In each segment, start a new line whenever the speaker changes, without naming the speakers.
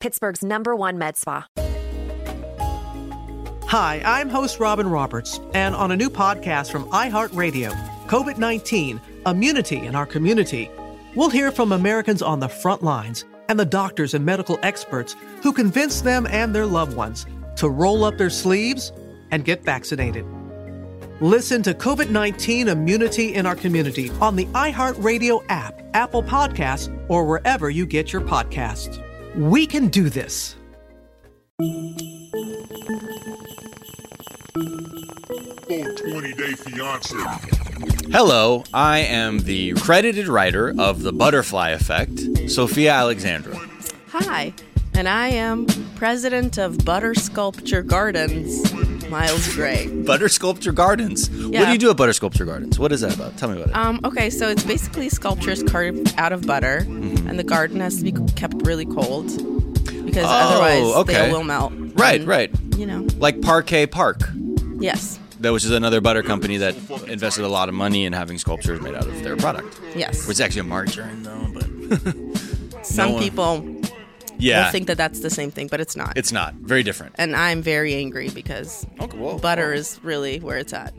Pittsburgh's number one med spa.
Hi, I'm host Robin Roberts, and on a new podcast from iHeartRadio, COVID 19 Immunity in Our Community, we'll hear from Americans on the front lines and the doctors and medical experts who convince them and their loved ones to roll up their sleeves and get vaccinated. Listen to COVID 19 Immunity in Our Community on the iHeartRadio app, Apple Podcasts, or wherever you get your podcasts. We can do this.
full 20 day fiance.
Hello, I am the credited writer of The Butterfly Effect, Sophia Alexandra.
Hi, and I am president of Butter Sculpture Gardens, Miles Gray.
Butter Sculpture Gardens. What do
Yeah.
you do at Butter Sculpture Gardens? What is that about? Tell me about it.
Um, okay, so it's basically sculptures carved out of butter,
Mm-hmm.
and the garden has to be kept really cold because otherwise
Oh, okay.
they will melt.
right,
And,
right.
You know,
Like Parquet Park,
yes,
that which is another butter company that invested a lot of money in having sculptures made out of their product.
yes.
Which is actually a margarine, though, but
Some
one-
people
yeah,
will think that that's the same thing, but it's not.
it's Oh, not very different.
and I'm very angry because
Okay, well,
butter is really where it's at.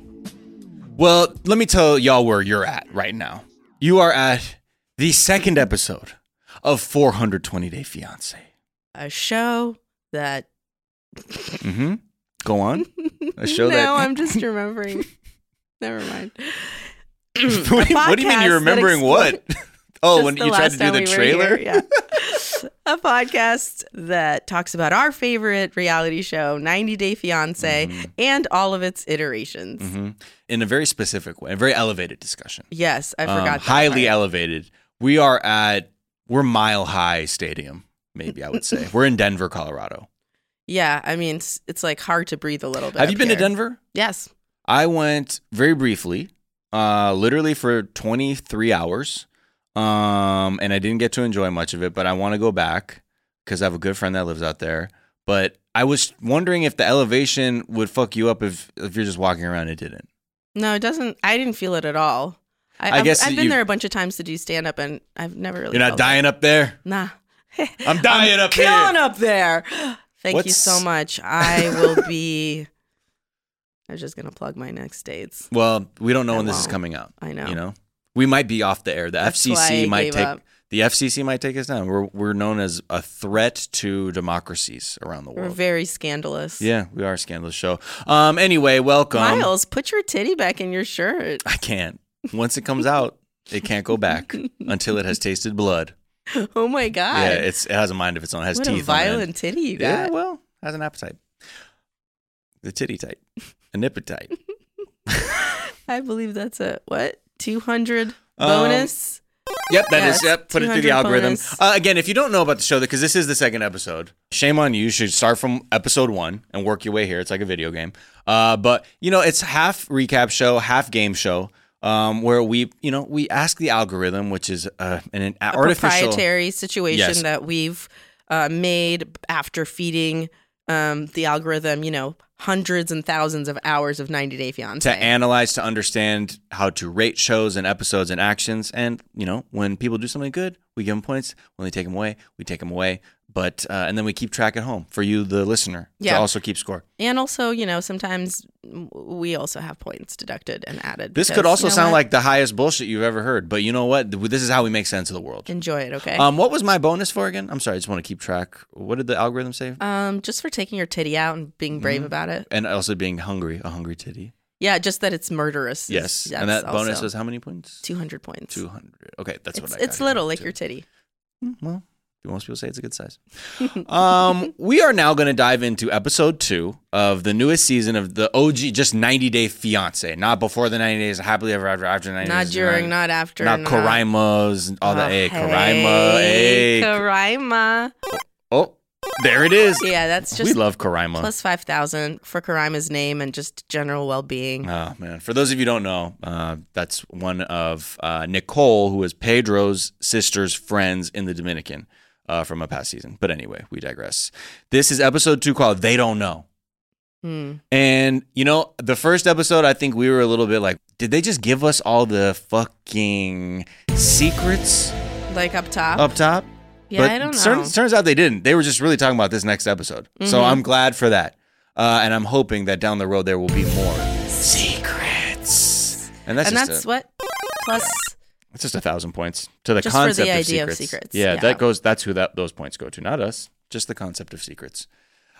Well, let me tell y'all where you're at right now. You are at the second episode of 420 Day Fiance.
A show that
Mm-hmm. Go on. A show
no,
that.
I'm just remembering. Never mind.
what, do you, what do you mean
podcast
you're
that
remembering
expl-
what? oh,
Just
when
the
you tried
last
to do
time
the
we were
trailer?
here, yeah. a podcast that talks about our favorite reality show, 90 Day Fiance,
Mm-hmm.
and all of its iterations.
Mhm. In a very specific way, a very elevated discussion.
Yes, I
Um,
forgot. that
highly
part.
elevated. We are at, we're mile high stadium, maybe I would say. we're in Denver, Colorado.
Yeah, I mean, it's, it's like hard to breathe a little bit.
Have you
up
been
here.
to Denver?
Yes.
I went very briefly, uh, literally for 23 hours, um, and I didn't get to enjoy much of it. But I want to go back because I have a good friend that lives out there. But I was wondering if the elevation would fuck you up if if you're just walking around. It didn't.
No, it doesn't. I didn't feel it at all. I,
I
I've-
guess
I've been
you-
there a bunch of times to do stand up, and I've never really.
You're not
felt
dying up there.
It. Nah.
I'm dying up here.
Killing up there. Thank you
What's-
so much. I will be. I was just gonna plug my next dates.
Well, we don't know
I
when this is
won't.
coming out.
I know.
You know, we might be off the air. The
That's why
FCC
I
might
gave
take
up.
the FCC might take us down. We're we're known as a threat to democracies around the
We're
world.
very scandalous.
Yeah, we are a scandalous show. Um, anyway, welcome.
Miles, put your titty back in your shirt.
I can't. Once it comes out, it can't go back until it has tasted blood.
Oh my god.
Yeah, it's it has a mind of its own. It has
what
teeth.
a
on
violent
it.
titty you
Yeah,
got.
well, has an appetite. The titty type, an nippetite.
I believe that's a what? 200
Um,
bonus?
Yep, that is.
Yes,
Yep, put it through the
200
algorithm.
bonus.
Uh, again, if you don't know about the show, because this is the second episode, shame on you. You should start from episode one and work your way here. It's like a video game. Uh, but you know, it's half recap show, half game show, um, where we, you know, we ask the algorithm, which is uh, an, an
A
artificial.
proprietary situation
Yes.
that we've uh, made after feeding um, the algorithm, you know, hundreds and thousands of hours of 90 Day Fiance.
to analyze to understand how to rate shows and episodes and actions and you know when people do something good we give them points when they take them away we take them away but uh, and then we keep track at home for you the listener to
Yeah.
also keep score
and also, you know, sometimes w- we also have points deducted and added.
this
because,
could also
you know
sound
what?
like the highest bullshit you've ever heard but you know what this is how we make sense of the world
Enjoy it, okay? Um,
um, what was my bonus for again i'm sorry i just want to keep track what did the algorithm say
Uh, Um, just for taking your titty out and being brave
Mm-hmm.
about it.
and also being hungry a hungry titty
Yeah, just that it's murderous. is-
yes
that's
and that bonus
also
was how many points
200 points.
200 okay that's what
it's
i got
it's
here,
little, like
too.
your titty.
Mm, Well, most people say it's a good size. um, we are now going to dive into episode two of the newest season of the OG, just 90 Day Fiance. Not before the 90 days, happily ever after, after 90
Not
days.
during, not after.
Not Karaima's, all eh,
Oh,
that. Hey,
hey,
Karaima. Hey.
Karaima.
eh, oh, There it is.
Yeah, that's just
we love Karima.
plus 5,000 for Karima's name and just general well being.
Oh man! For those of you who don't know, uh, that's one of uh, Nicole, who is Pedro's sister's friends in the Dominican uh, from a past season. But anyway, we digress. This is episode two called "They Don't Know,"
Hmm.
and you know the first episode. I think we were a little bit like, did they just give us all the fucking secrets
Like up top.
up top?
Yeah, I don't
turn-
know. Mm-hmm.
turns out they didn't. They were just really talking about this next episode. So I'm glad for that, uh, and I'm hoping that down the road there will be more secrets. And that's
and
just
that's
a,
what? Plus,
it's just a thousand points to the
Just for the
concept of,
idea of
secrets.
secrets,
Yeah,
yeah.
that goes. That's who that those points go to, not us. Just the concept of secrets.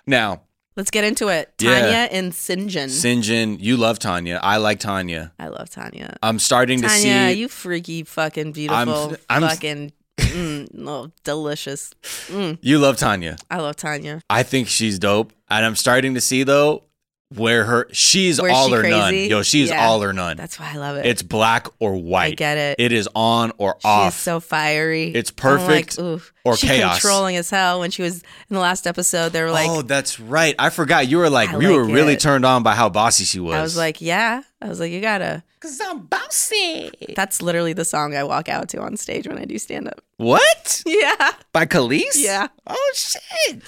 Now,
let's get into it.
Yeah.
Tanya and Sinjin.
Sinjin, you love Tanya. I like Tanya.
I love Tanya.
I'm starting to
Tanya,
see.
you freaky fucking beautiful
I'm-
fucking mm, no, delicious. Mm,
you love Tanya.
I love Tanya.
I think she's dope, and I'm starting to see though where her she's
Where
all
she
or none.
crazy?
Yo, she's
Yeah.
all or none.
That's why I love it.
it's black or white.
get it.
It is on or
She
off.
is so fiery.
It's
I'm like,
perfect
oof.
or
she
chaos.
controlling as hell. When she was in the last episode, they were like,
oh, that's right. I forgot. You were like,
I
we were
like
really
it.
turned on by how bossy she was.
I was like, yeah. I was like, you gotta. Cause I'm bouncy. That's literally the song I walk out to on stage when I do stand up.
what?
Yeah.
By Khalees?
Yeah.
Oh shit.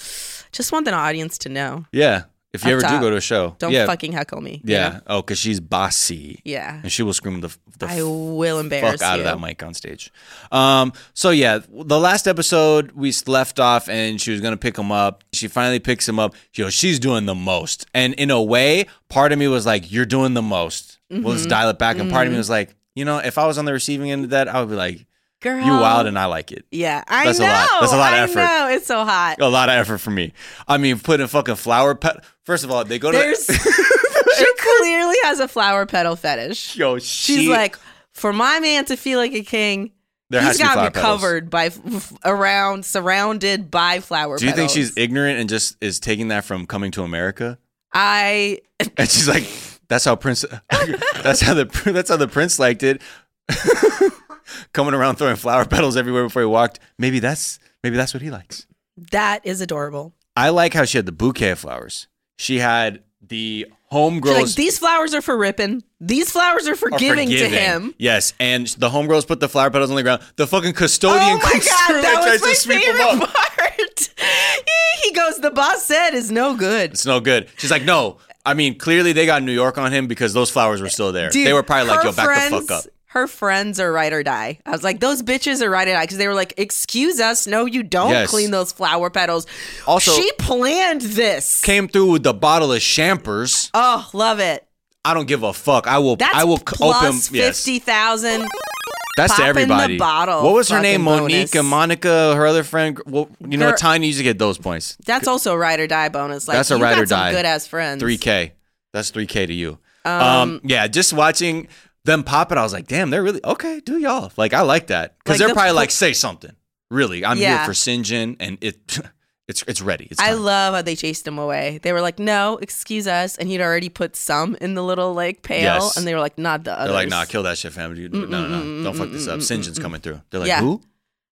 Just want the audience to know.
Yeah. If you
Up
ever do
top.
go to a show,
Don't
yeah,
fucking heckle me. you
yeah.
know?
Oh, because she's bossy,
Yeah.
and she will scream the the
I will
fuck
embarrass
out of
you.
that mic on stage. Um. So yeah, the last episode we s- left off, and she was gonna pick him up. She finally picks him up. Yo, she's doing the most, and in a way, part of me was like, "You're doing the most." Well,
Mm-hmm.
let's dial it back, and part of me was like, "You know, if I was on the receiving end of that, I would be like,
Girl.
you wild, and I like it.'"
Yeah, I
That's a
know.
lot. That's a lot of effort.
I know. It's so hot.
a lot of effort for me. I mean, putting fucking flower pet. First of all, they go to.
There's. she clearly has a flower petal fetish.
yo,
She's
she-
like, for my man to feel like a king,
There has
he's
to be
got
flower
to be
petals.
covered by f- f- around, surrounded by flower.
Do you think
petals.
she's ignorant and just is taking that from coming to America?
I
And she's like, that's how Prince. that's how the that's how the Prince liked it. coming around throwing flower petals everywhere before he walked. Maybe that's maybe that's what he likes.
that is adorable.
I like how she had the bouquet of flowers. She had the
She's
homegirls.
like these flowers are for ripping. These flowers are for
are
giving to
forgiving.
him.
Yes, and the homegirls put the flower petals on the ground. The fucking custodian
oh my
comes
god,
through
that
and tries
was my
to sweep him
favorite
up.
part. he goes, the boss said is no good.
It's no good. She's like, no. I mean, clearly they got New York on him because those flowers were still there.
Dude,
they were probably like,
her
yo, back the
friends-
fuck up.
Her friends are ride or die. I was like, those bitches are ride or die because they were like, excuse us, no, you don't
Yes.
clean those flower petals.
Also-
she planned this.
Came through with the bottle of champers.
Oh, love it.
I don't give a fuck. I will.
That's
I will c- open.
plus
yes,
fifty thousand.
that's to
pop in the
everybody.
bottle,
What was her
fucking
name? Monique
bonus.
and Monica, her other friend. Well, you know,
Girl-
Tiny used to get those points.
That's also a ride or die bonus. Like
That's a
you
ride
got
or
some
die.
Good ass friends.
Three K. That's three K to you. um, yeah, just watching them pop it, I was like, damn, they're really okay. Do y'all like? I like that because
Like
they're
the
probably
po-
like, say something. Really, I'm
Yeah.
here for Sinjin, and it, it's it's ready. It's
I
time.
love how they chased him away. They were like, "No, excuse us," and he'd already put some in the little like pail,
Yes.
and they were like, "Not the others."
They're like, nah, kill that shit, fam. You- No, no, no,
Mm-mm-mm-mm-mm-mm-mm-mm.
don't fuck this up. Sinjin's coming through. They're like,
Yeah.
who?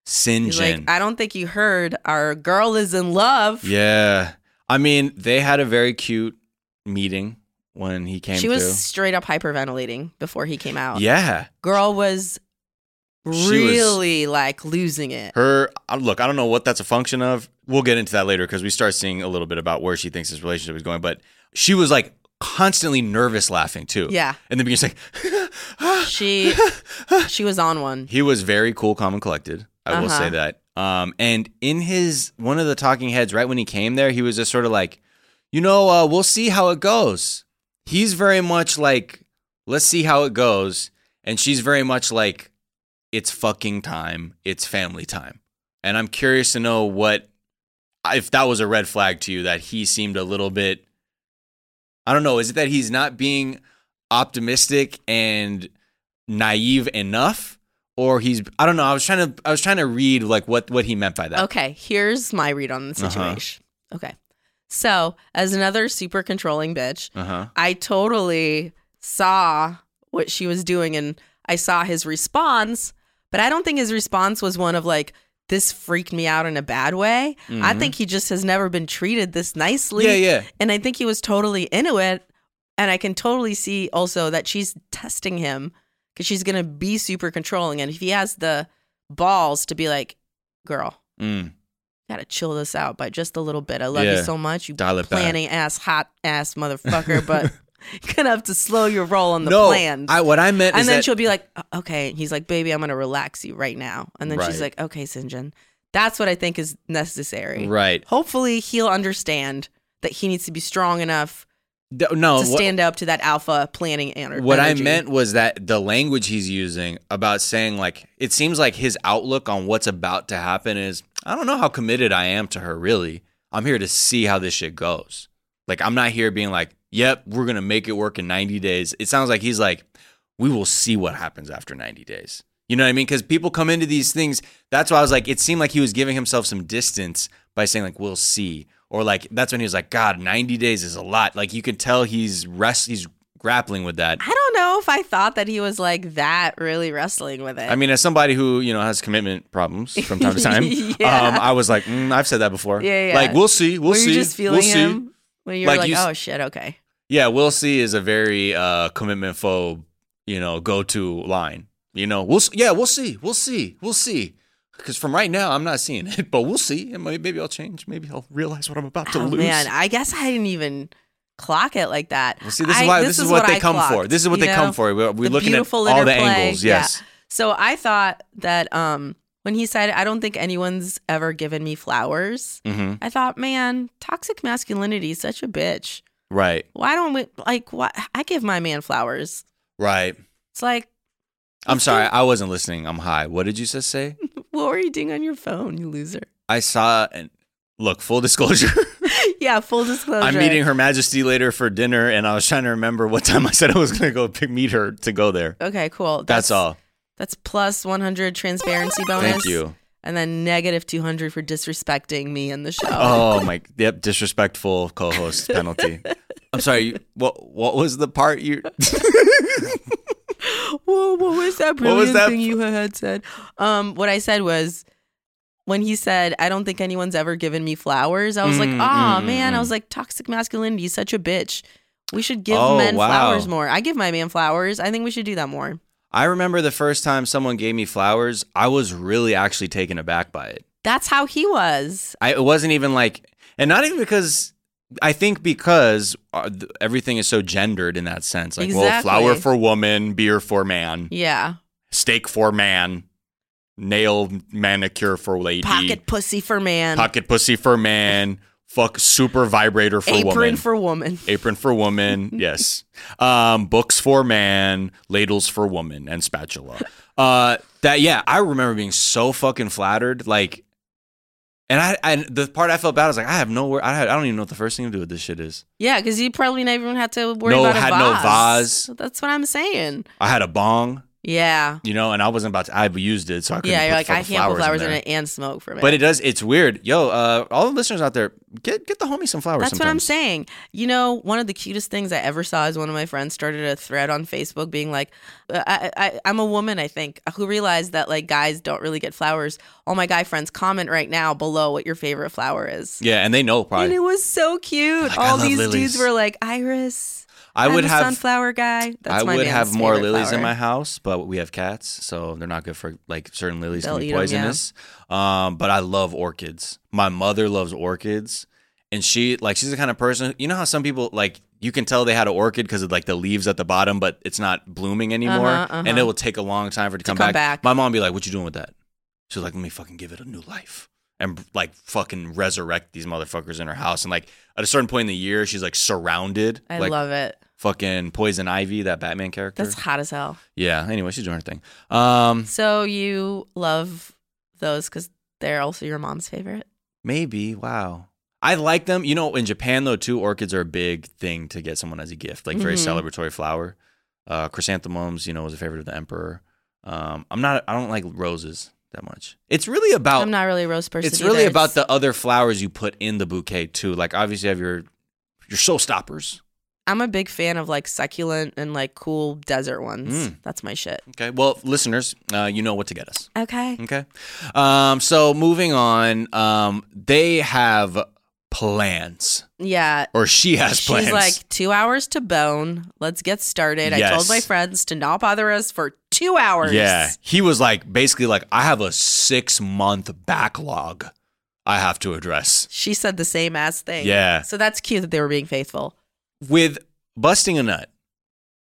He's
Sinjin.
like, "I don't think you heard. Our girl is in love."
yeah, I mean, they had a very cute meeting when he came
she was
through.
straight up hyperventilating before he came out.
Yeah,
girl was
was-
really like losing it.
her. uh, Look, I don't know what that's a function of. We'll get into that later because we start seeing a little bit about where she thinks this relationship is going. But she was like constantly nervous laughing too.
Yeah.
and then beginning she's like,
She she was on one.
He was very cool, calm, and collected. I will
Uh-huh.
say that. Um, and in his one of the talking heads, right when he came there, he was just sort of like, you know, uh, we'll see how it goes. He's very much like, let's see how it goes, and she's very much like, it's fucking time, it's family time. And I'm curious to know what if that was a red flag to you that he seemed a little bit. I don't know. Is it that he's not being optimistic and naive enough or he's I don't know. I was trying to I was trying to read like what what he meant by that.
Okay, here's my read on the
Uh-huh.
situation. Okay. So, as another super controlling bitch,
Uh-huh.
I totally saw what she was doing and I saw his response, but I don't think his response was one of like, this freaked me out in a bad way. I think he just has never been treated this nicely.
Mm-hmm. Yeah, yeah.
And I think he was totally into it. And I can totally see also that she's testing him because she's going to be super controlling. And if he has the balls to be like, girl,
Mm.
gotta chill this out by just a little bit. I love
Yeah.
you so much. You
Dial it back.
planning ass, hot ass motherfucker, but you're gonna have to slow your roll on the
no,
plans.
I, what I meant
and
is
then
that
she'll be like, "Oh, okay. And he's like, baby, I'm gonna relax you right now. And then she's
Right.
like, okay, Sinjin, that's what I think is necessary.
right.
Hopefully, he'll understand that he needs to be strong enough
D- no,
to
Uh, what-
stand up to that alpha planning ener- energy.
What I meant was that the language he's using about saying like it seems like his outlook on what's about to happen is I don't know how committed I am to her really. I'm here to see how this shit goes. Like I'm not here being like, "Yep, we're going to make it work in 90 days." It sounds like he's like, "We will see what happens after 90 days." You know what I mean? Cuz people come into these things. That's why I was like it seemed like he was giving himself some distance by saying like, "We'll see." Or like that's when he was like, "God, 90 days is a lot." Like you could tell he's rest he's grappling with that.
I don't know if I thought that he was like that really wrestling with it.
I mean, as somebody who you know has commitment problems from time to time,
Yeah.
um, I was like, mm, I've said that before.
Yeah, yeah.
Like we'll see, we'll
were
see,
you just feeling
we'll see.
him when you were
Like,
like,
you s-
oh shit, okay.
Yeah, we'll see is a very uh, commitment phobe, you know, go to line. You know, we'll s- yeah, we'll see, we'll see, we'll see. Because from right now, I'm not seeing it, but we'll see. And may- maybe I'll change. Maybe I'll realize what I'm about to
oh,
lose.
Man, I guess I didn't even clock it like that.
Well, see, this is
I-
why this, is what, they
I
come for.
clocked,
This is what
you
they come
know?
for. We're, we're
The
looking at
beautiful
all the
interplay.
angles.
Yeah.
Yes.
So I thought that um when he said, "I don't think anyone's ever given me flowers,"
hmm
I thought, man, toxic masculinity is such a bitch.
Right.
Why don't we like? Why I give my man flowers?
Right.
It's like,
I'm sorry, I wasn't listening. I'm high. What did you just say?
what were you doing on your phone, you loser?
I saw and look, full disclosure.
yeah, full disclosure.
I'm meeting Her Majesty later for dinner, and I was trying to remember what time I said I was going to go pick, meet her to go there.
Okay, cool.
Oh, That's, all.
That's plus 100 transparency bonus.
Thank you.
and then negative 200 for disrespecting me in the show.
Oh my, yep, disrespectful co-host penalty. I'm sorry. You, what what was the part you?
Whoa, what was that
What
brilliant
was that
thing you had said? Um, what I said was when he said, "I don't think anyone's ever given me flowers." I was like,
Mm,
"Oh
mm,
man," I
mm.
was like, "Toxic masculinity, is such a bitch." We should give
Oh,
men
wow.
flowers more. I give my man flowers. I think we should do that more.
I remember the first time someone gave me flowers. I was really actually taken aback by it.
That's how he was.
I it wasn't even like, and not even because I think because uh, th- everything is so gendered in that sense. Like, well,
Exactly.
flower for woman, beer for man.
Yeah.
steak for man, nail manicure for lady,
Pocket pussy for man.
pocket pussy for man, fuck super vibrator for
apron
woman.
for woman.
Apron for woman, yes. Um, books for man, ladles for woman, and spatula. Uh, that yeah, I remember being so fucking flattered. Like, and I and the part I felt bad was like, I have no word. I, had- I don't even know what the first thing to do with this shit is.
Yeah, because you probably not even had to worry
No,
about a
had
vase.
no vase.
That's what I'm saying.
I had a bong,
Yeah.
you know, and I wasn't about to. I used it, so I couldn't.
Yeah,
put
you're like,
fucking
I can't put flowers in,
there.
it and smoke from it.
But it does. It's weird. Yo, uh, all the listeners out there, get get the homie some flowers.
That's what I'm
sometimes.
saying. You know, one of the cutest things I ever saw is one of my friends started a thread on Facebook being like, "Uh, I, I, I'm a woman, I think, who realized that like guys don't really get flowers. All my guy friends comment right now below what your favorite flower is.
Yeah, and they know
And
probably.
it was so cute.
Like, I
All
love
these
lilies.
dudes were like, Iris,
I would
am a
have.
sunflower guy. That's
I
my
would
man's
have more
favorite
lilies in
flower.
my house, but we have cats, so they're not good for like certain lilies
They'll
can
eat
be
'em, yeah.
poisonous. Um, but I love orchids. My mother loves orchids, and she like she's the kind of person. You know how some people like you can tell they had an orchid because of like the leaves at the bottom, but it's not blooming anymore,
Uh-huh, uh-huh.
and it will take a long time for it to, come,
come
back.
back.
My mom be like, "What you doing with that?" She was like, "Let me fucking give it a new life." And like fucking resurrect these motherfuckers in her house, and like at a certain point in the year, she's like surrounded,
I
like
love it.
fucking poison ivy, that Batman character.
That's hot as hell.
Yeah. Anyway, she's doing her thing. Um,
So you love those because they're also your mom's favorite.
maybe. Wow. I like them. You know, in Japan though, too, orchids are a big thing to get someone as a gift, like very
Mhm.
celebratory flower. Uh, chrysanthemums, you know, was a favorite of the emperor. Um, I'm not. I don't like roses that much. It's really about.
I'm not really a rose
Oh.
person.
it's really
either.
about the other flowers you put in the bouquet too. Like obviously, you have your your showstoppers.
I'm a big fan of like succulent and like cool desert ones.
Mm.
That's my shit.
Okay. Well, listeners, uh, you know what to get us.
Okay.
Okay. Um, so moving on, um, they have plans,
Yeah.
or she has plans.
She's like, two hours to bone. Let's get started. I told
Yes.
my friends to not bother us for two hours.
yeah. He was like, basically, like, I have a six month backlog I have to address.
She said the same ass thing.
Yeah.
So that's cute that they were being faithful.
With busting a nut,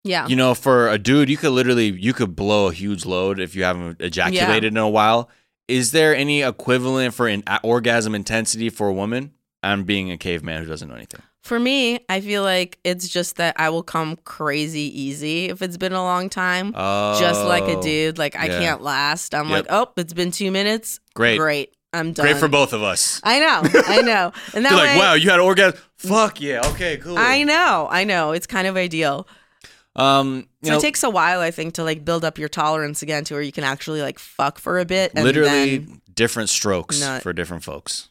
Yeah.
you know, for a dude, you could literally you could blow a huge load if you haven't ejaculated in a while. Is there any equivalent for an orgasm intensity for a woman? I'm being a caveman who doesn't know anything.
For me, I feel like it's just that I will come crazy easy if it's been a long time.
Oh,
just like a dude. Like I
yeah.
can't last. I'm
Yep.
like, oh, it's been two minutes.
Great.
Great. I'm done.
Great for both of us.
I know. I know. And that
You're like,
way,
wow, you had orgasm. Fuck yeah. Okay, cool.
I know. I know. It's kind of ideal.
Um, you
So
know,
it takes a while, I think, to like build up your tolerance again to where you can actually like fuck for a bit. And
literally
then-
different strokes
Nut.
for different folks.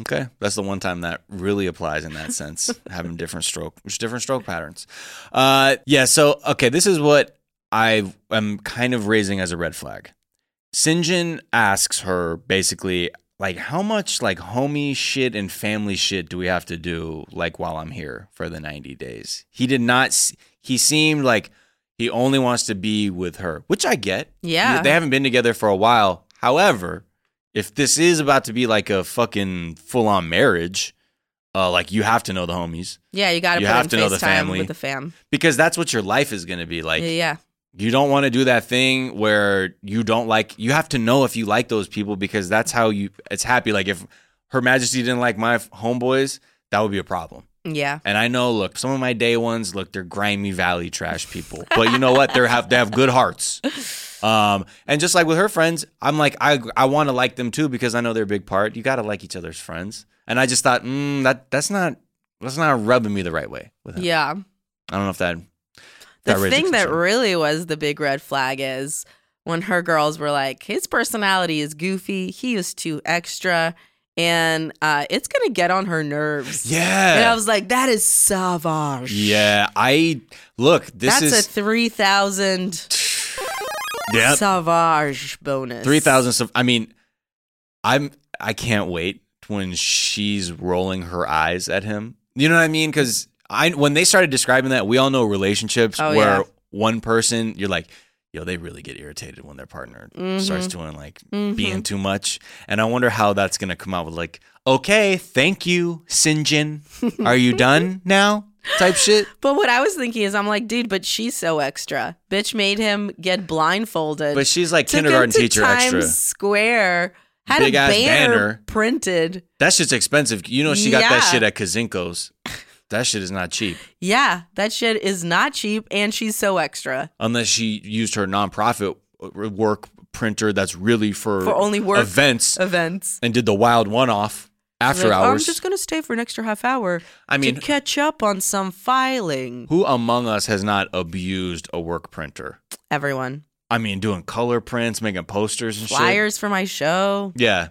okay, that's the one time that really applies in that sense, having different stroke, just different stroke patterns. Uh, yeah. So okay, this is what I am kind of raising as a red flag. Sinjin asks her basically like how much like homie shit and family shit do we have to do like while I'm here for the 90 days. He did not s- he seemed like he only wants to be with her, which I get.
Yeah.
They haven't been together for a while. However, if this is about to be like a fucking full-on marriage, uh like you have to know the homies
yeah, you got to
you
put
have
in
to know the
FaceTime
family.
with the fam.
because that's what your life is going to be like.
yeah, yeah.
You don't want to do that thing where you don't like. You have to know if you like those people because that's how you. It's happy. Like if Her Majesty didn't like my f- homeboys, that would be a problem.
Yeah.
And I know. Look, some of my day ones. Look, they're grimy valley trash people. But you know what? They have they have good hearts. Um, and just like with her friends, I'm like I I want to like them too because I know they're a big part. You got to like each other's friends. And I just thought, mm, that that's not that's not rubbing me the right way with him.
Yeah.
I don't know if that.
The
that raises
thing that
concern.
really was the big red flag is when her girls were like, his personality is goofy, he is too extra, and uh, it's going to get on her nerves.
yeah,
And I was like, that is savage.
yeah. I look. This
That's
is
a 3,000
yeah,
savage bonus.
three thousand. sub- I mean, I'm. I can't wait when she's rolling her eyes at him. You know what I mean? Because I when they started describing that, we all know relationships
Oh,
where
yeah.
one person you're like. Yo, they really get irritated when their partner
Mm-hmm.
starts doing like being too much, and I wonder how that's gonna come out with like, okay, thank you, Sinjin, are you done now? Type shit.
But what I was thinking is, I'm like, dude, but she's so extra. Bitch made him get blindfolded.
But she's like
Took him
kindergarten
to
teacher
Times
extra.
Square had a
Big-ass
banner,
banner.
printed.
That shit's expensive. You know she got that
Yeah.
shit at Kazinko's. That shit is not cheap
Yeah, that shit is not cheap, and she's so extra.
unless she used her nonprofit uh, work printer that's really for,
For only work-
events
Events.
and did the wild one off after
Like, oh,
hours.
I'm just gonna stay for an extra half hour.
I mean-
to catch up on some filing.
Who among us has not abused a work printer?
Everyone,
I mean, doing color prints, making posters and shit.
flyers for my show,
Yeah.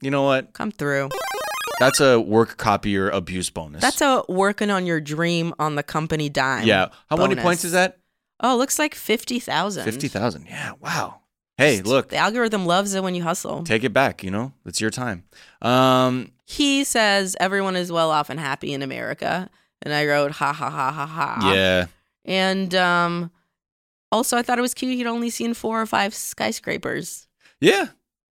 You know what?
come through.
That's a work copier abuse bonus.
That's a working on your dream on the company dime.
yeah. How many
bonus.
points is that?
Oh, looks like fifty thousand.
Fifty thousand. Yeah. Wow. Hey, look.
The algorithm loves it when you hustle.
Take it back. You know, it's your time. Um,
He says everyone is well off and happy in America. And I wrote, ha ha ha ha ha.
yeah.
And um, also, I thought it was cute. He'd only seen four or five skyscrapers.
Yeah.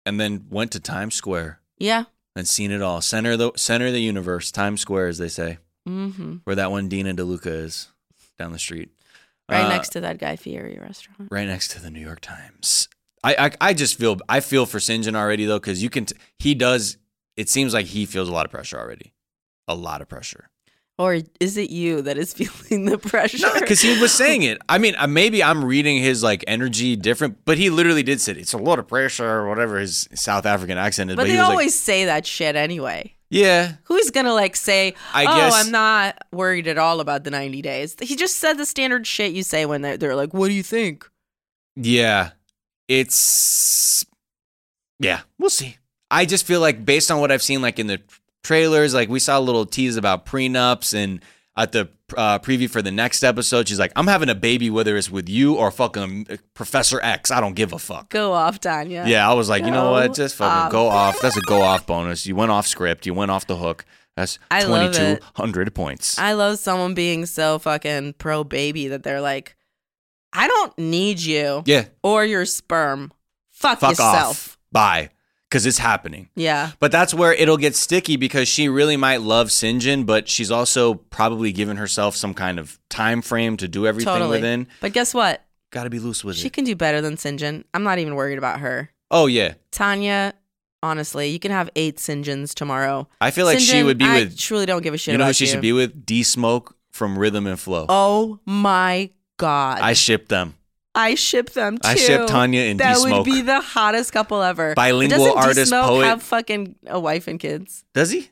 And then went to Times Square
Yeah.
and seen it all. Center of the center of the universe, Times Square, as they say,
hmm
where that one Dina DeLuca is down the street,
Right
Uh,
next to that Guy Fieri restaurant.
right next to the New York Times. I I, I just feel I feel for Sinjin already though, because you can t- he does. It seems like he feels a lot of pressure already, a lot of pressure.
Or is it you that is feeling the pressure?
No, because he was saying it. I mean, uh, maybe I'm reading his like energy different, but he literally did say it's a lot of pressure or whatever his South African accent is.
But,
But, he
they
was like,
always say that shit anyway.
yeah,
Who's gonna like say,
I
"Oh,
guess-
I'm not worried at all about the 90 days"? He just said the standard shit you say when they're, they're like, "What do you think?"
Yeah. It's yeah, we'll see. I just feel like based on what I've seen like in the trailers, like we saw a little tease about prenups and at the uh, preview for the next episode, she's like, "I'm having a baby, whether it's with you or fucking uh, Professor X. I don't give a fuck."
Go off, Tanya.
Yeah, I was like, you know
Go
what? Just fucking
off.
go off. That's a go off bonus. You went off script. You went off the hook. That's
I love
twenty
it.
two hundred points.
I love someone being so fucking pro baby that they're like, I don't need you
yeah,
or your sperm. Fuck,
fuck
yourself.
off. Bye, because it's happening.
Yeah.
But that's where it'll get sticky because she really might love Sinjin, but she's also probably given herself some kind of time frame to do everything
totally.
within.
But guess what?
Got to be loose with
She
it.
can do better than Sinjin. I'm not even worried about her.
Oh yeah,
Tanya, honestly, you can have eight Sinjins tomorrow.
I feel like she
Sinjin,
would be
I
with.
truly don't give a shit
You know who
about
she
you.
should be with? D Smoke from Rhythm and Flow.
Oh my god.
I ship them.
I ship them too.
I ship Tanya and D
That would
Smoke.
be the hottest couple ever.
Bilingual
Doesn't
artist,
D-Smoke
poet.
have fucking a wife and kids?
Does he?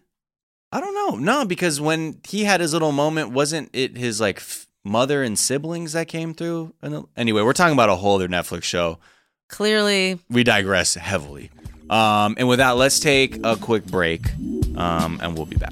I don't know. No, because when he had his little moment, wasn't it his like f- mother and siblings that came through? And the- Anyway, we're talking about a whole other Netflix show.
Clearly,
We digress heavily. Um, and with that, let's take a quick break, um, and we'll be back.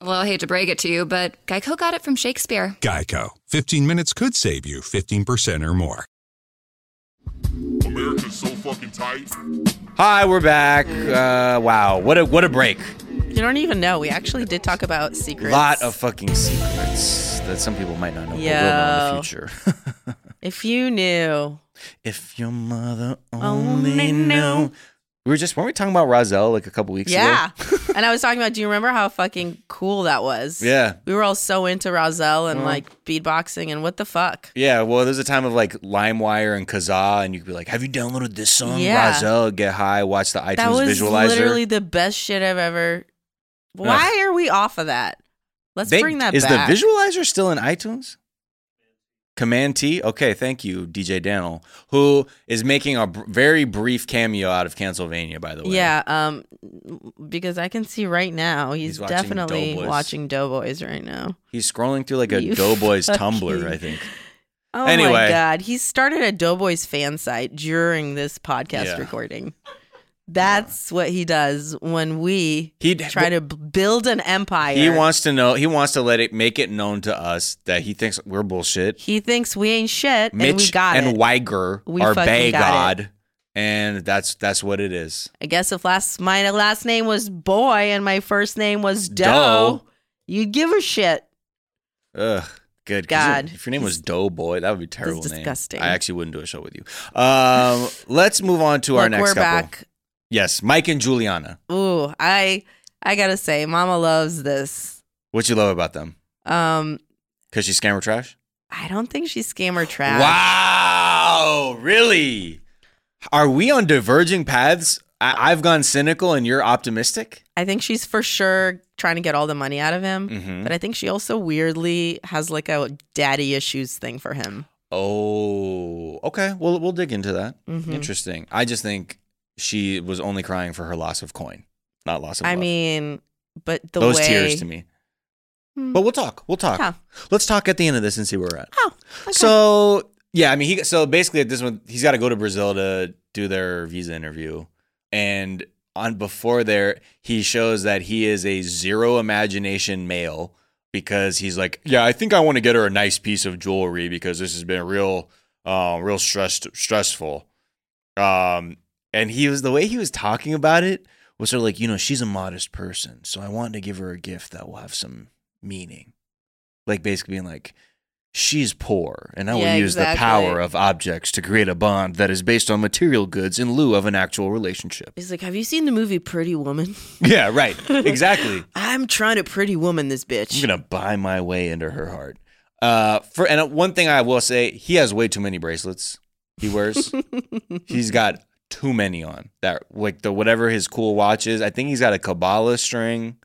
Well, I hate to break it to you, but Geico got it from Shakespeare.
Geico. 15 minutes could save you 15% or more.
America's so fucking tight.
Hi, we're back. Uh, wow, what a what a break!
you don't even know. We actually did talk about secrets.
Lot of fucking secrets that some people might not know, but will know in
Yo.
the future.
If you knew,
if your mother
Only
only, knew.
knew.
We were just weren't we talking about Razel like a couple weeks ago?
yeah. and I was talking about. Do you remember how fucking cool that was?
Yeah. Uh-huh.
We were all so into Roselle and like beatboxing and what the fuck.
Yeah, well, there's a time of like LimeWire and Kazaa, and you could be like, "Have you downloaded this song,
Yeah.
Razel? Get high, watch the iTunes
that was
visualizer."
literally the best shit I've ever. Why are we off of that? Let's
They-
bring that
is
back.
the visualizer still in iTunes? Command T. Okay, thank you, DJ Daniel, who is making a br- very brief cameo out of Cancelvania, by the way.
Yeah, um, because I can see right now he's,
He's watching
definitely
Doughboys.
watching Doughboys right now.
he's scrolling through like a
You
Doughboys
fucking-
Tumblr, I think.
Oh my
Anyway.
god, he started a Doughboys fan site during this podcast
Yeah.
recording. That's what he does when we
He'd-
try to b- build an empire.
He wants to know. He wants to let it make it known to us that he thinks we're bullshit.
He thinks we ain't shit,
Mitch
and we got
and
it.
Weiger
We
are
fucking
Bay
got
God, and that's that's what it is.
I guess if last my last name was Boy and my first name was Doe,
Doe.
you'd give a shit.
Ugh, good 'cause
God.
If your name was
He's-
Doughboy, that would be a terrible. name.
disgusting.
I actually wouldn't do a show with you. Um, let's move on to our
Look,
next
we're
couple.
back.
Yes, Mike and Juliana.
Ooh, I I gotta say, Mama loves this.
What you love about them?
Um,
Because she's scammer trash.
I don't think she's scammer trash.
Wow, really? Are we on diverging paths? I- I've gone cynical, and you're optimistic.
I think she's for sure trying to get all the money out of him,
Mhm.
but I think she also weirdly has like a daddy issues thing for him.
Oh, okay. Well, we'll dig into that.
Mhm.
Interesting. I just think she was only crying for her loss of coin, not loss of.
I
love.
mean, but the
those
way
tears to me.
Hmm.
But we'll talk. We'll talk.
Yeah.
Let's talk at the end of this and see where we're at.
Oh, okay.
So yeah, I mean, he so basically at this one, he's got to go to Brazil to do their visa interview, and on before there, he shows that he is a zero imagination male because he's like, yeah, I think I want to get her a nice piece of jewelry because this has been real, uh, real stressed, stressful. Um, and he was the way he was talking about it was sort of like, you know, she's a modest person, so I want to give her a gift that will have some meaning, like basically being like, she's poor, and I will
Yeah,
use the
exactly.
power of objects to create a bond that is based on material goods in lieu of an actual relationship.
He's like, have you seen the movie Pretty Woman?
Yeah, right. Exactly.
I'm trying to Pretty Woman this bitch.
I'm gonna buy my way into her heart. Uh, for and one thing I will say, he has way too many bracelets. He wears. he's got too many on that, like the whatever his cool watch is. I think he's got a Kabbalah string,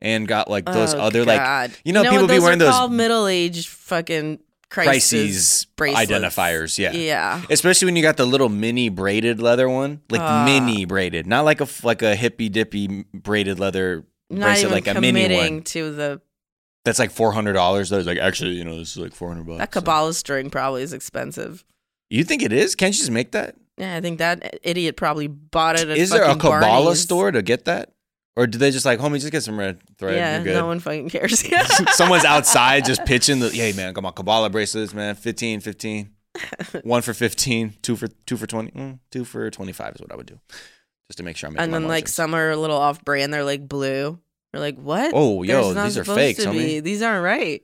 and got like those
Oh,
other
God.
like you know,
what
people be
those
wearing
are
those
called middle-aged fucking crises,
crises
bracelets.
identifiers. Yeah,
Yeah.
Especially when you got the little mini braided leather one, like
Ah.
mini braided, not like a f- like a hippy dippy braided leather
Not
bracelet,
even
like a
committing
mini one
to the
that's like four hundred dollars. That is like actually, you know, this is like four hundred bucks.
that Kabbalah string probably is expensive.
You think it is? Can't you just make that?
Yeah, I think that idiot probably bought it. At
Is there a
fucking
Kabbalah
Barney's.
store to get that, or do they just like, homie, just get some red thread?
Yeah,
you're good.
no one fucking cares.
Someone's outside just pitching the, hey man, come on, Kabbalah bracelets, man, 15, 15. One for 15, two for two for 20, mm, two for 25 is what I would do, just to make sure I'm. making
and
my
then like
margins.
some are a little off brand. They're like blue. You're like, what?
Oh,
They're
yo,
not
these are
supposed
fakes,
to
homie.
be. These aren't right.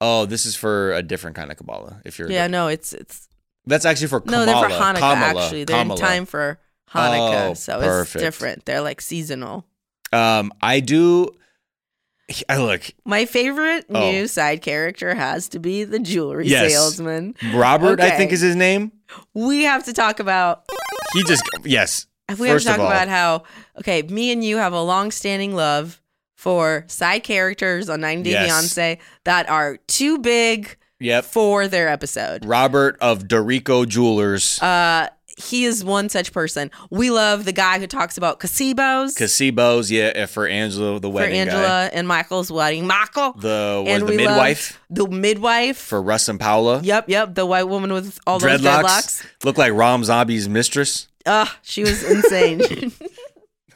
Oh, this is for a different kind of Kabbalah. If you're,
Yeah, no, it's it's
that's actually for Kamala.
no, they're for Hanukkah
Kamala,
actually. They're
Kamala.
in time for Hanukkah,
Oh,
so
perfect.
it's different. They're like seasonal.
Um, I do. I look.
My favorite
Oh.
new side character has to be the jewelry
Yes.
salesman.
Robert, I think
Okay.
is his name.
We have to talk about
He just yes. First
we have
of
to talk
all-
about how okay, me and you have a long-standing love for side characters on 90 Day
Yes.
Fiance that are too big
Yep.
for their episode.
Robert of Dorico Jewelers,
Uh, he is one such person. We love the guy who talks about Casibos
Casibos, yeah, eh, for Angela the
for
wedding guy.
Angela and Michael's wedding. Michael
The was
and
the
we
midwife
loved the midwife.
for Russ and Paula.
yep, yep, the white woman with all those
dreadlocks,
dreadlocks.
look like Rob Zombie's mistress,
Ugh, she was insane.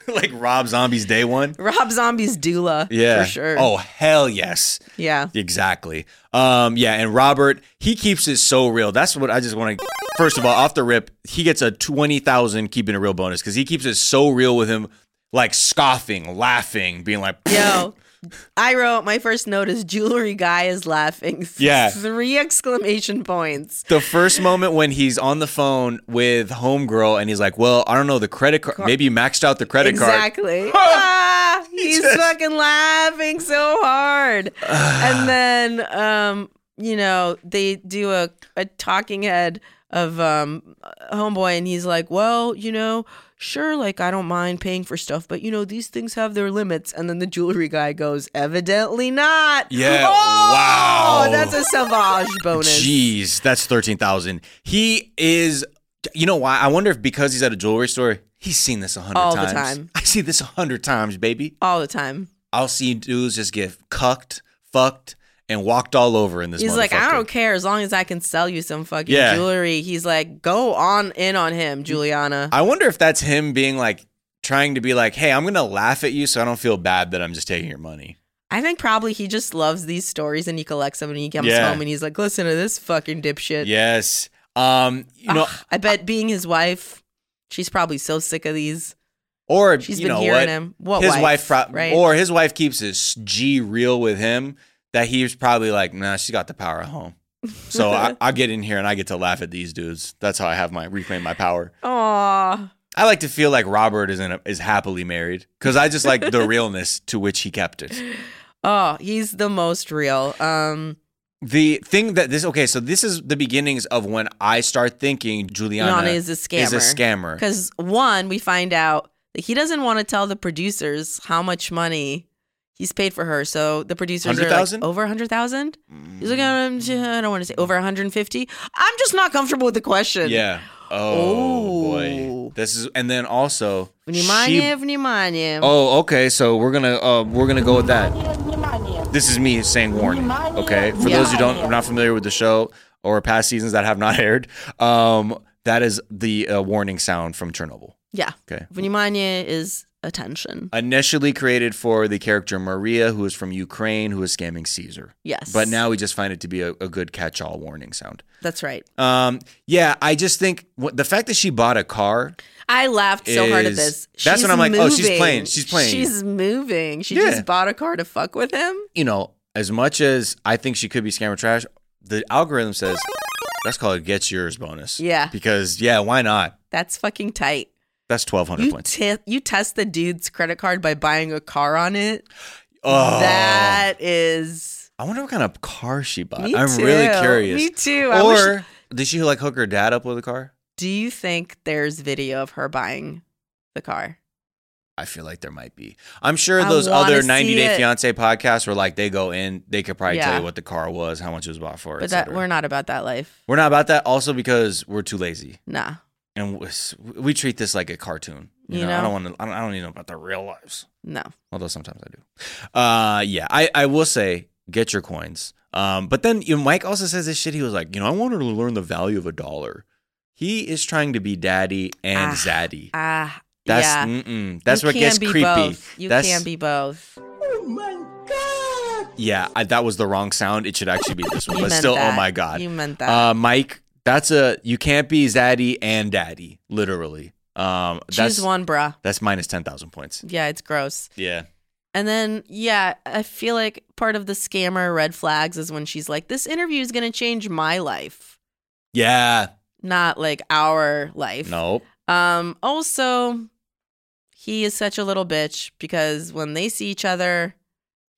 like Rob Zombie's day one.
Rob Zombie's doula.
Yeah,
For sure.
Oh hell yes,
Yeah.
exactly. Um, yeah, and Robert he keeps it so real. That's what I just want to. First of all, off the rip, he gets a twenty thousand keeping it real bonus because he keeps it so real with him, like scoffing, laughing, being like,
Yo. I wrote my first note is jewelry guy is laughing.
Yeah.
Three exclamation points.
the first moment when he's on the phone with homegirl and he's like, "Well, I don't know the credit card. Maybe you maxed out the credit card."
Exactly. ah, he's fucking laughing so hard. and then um, you know, they do a, a talking head of um homeboy and he's like, Well, you know, sure, like I don't mind paying for stuff, but you know, these things have their limits. And then the jewelry guy goes, Evidently not.
Yeah,
Oh,
wow.
that's a savage bonus.
Jeez, that's thirteen thousand. He is. You know why? I wonder if because he's at a jewelry store, he's seen this a hundred
All the
times.
time.
I see this a hundred times, baby.
All the time.
I'll see dudes just get cucked, fucked, and walked all over in this.
He's like, I
motherfucker."
don't care as long as I can sell you some fucking
Yeah.
jewelry. He's like, go on in on him, Juliana.
I wonder if that's him being like trying to be like, "Hey, I'm gonna laugh at you, so I don't feel bad that I'm just taking your money."
I think probably he just loves these stories and he collects them and he comes
Yeah.
home and he's like, listen to this fucking dipshit.
Yes. Um. You know.
Ugh, I bet being his wife, she's probably so sick of these.
Or
She's
you
been
know
hearing
what?
him. What
his wife,
wife,
pro-
right?
or his wife keeps his G real with him that he's probably like, nah, she's got the power at home. So I, I get in here and I get to laugh at these dudes. That's how I have my reclaim my power.
Aw.
I like to feel like Robert is in a, is happily married because I just like the realness to which he kept it.
Oh, he's the most real. Um,
The thing that this okay, so this is the beginnings of when I start thinking Juliana
Yana is a scammer.
Is a scammer.
Because one, we find out that he doesn't want to tell the producers how much money he's paid for her. So the producers are like
100,000?
over a hundred thousand. He's like,
Mm.
um, I don't want to say over 150. I'm just not comfortable with the question.
Yeah. Oh
Oh.
boy. This is and then also she
Внимание, внимание.
Oh, okay. So we're gonna uh, we're gonna go with that. This is me saying warning. Okay, for those who don't are not familiar with the show or past seasons that have not aired, um, that is the uh, warning sound from Chernobyl.
Yeah.
Okay.
Внимание is attention.
Initially created for the character Maria, who is from Ukraine, who is scamming Caesar.
Yes.
But now we just find it to be a, a good catch-all warning sound.
That's right.
Um, yeah, I just think what, the fact that she bought a car
I laughed so hard at
is-
this.
that's
She's
when I'm like, oh, she's playing.
moving.
She's playing.
She's moving. She
Yeah.
just bought a car to fuck with him.
you know, as much as I think she could be scammer trash, the algorithm says that's called a gets yours bonus.
Yeah.
Because yeah, why not?
That's fucking tight.
That's twelve hundred
You,
points.
te- you test the dude's credit card by buying a car on it.
oh,
That is.
I wonder what kind of car she bought.
Me
I'm really
too.
curious.
Me too. I wish-
Or did she like hook her dad up with a car?
Do you think there's video of her buying the car?
I feel like there might be. I'm sure
I
those
wanna
other
see
90 Day
it.
Fiance podcasts were like they go in, they could probably tell
Yeah.
you what the car was, how much it was bought for. But
But that we're not about that life.
we're not about that. Also because we're too lazy
Nah.
and we, we treat this like a cartoon. You,
You
know? I
know?
don't want to. I don't, I don't even know about their real lives.
No.
Although sometimes I do. Uh, yeah, I, I will say get your coins. Um, but then you know, Mike also says this shit. He was like, you know, I wanted to learn the value of a dollar. He is trying to be daddy and
Ah,
zaddy.
Ah.
That's
yeah.
mm-mm. that's
You
what gets
can be
creepy.
Both. You
that's,
can be both.
Yeah, I, that was the wrong sound. It should actually be this one,
You
but
meant
still,
that.
oh my god.
You meant that.
Uh, Mike, that's a you can't be zaddy and daddy, literally. Um, that's
Choose one, bruh.
That's minus ten thousand points.
Yeah, it's gross.
Yeah,
And then, yeah, I feel like part of the scammer red flags is when she's like, this interview is going to change my life,
yeah.
not like our life.
Nope.
Um, also, he is such a little bitch because when they see each other,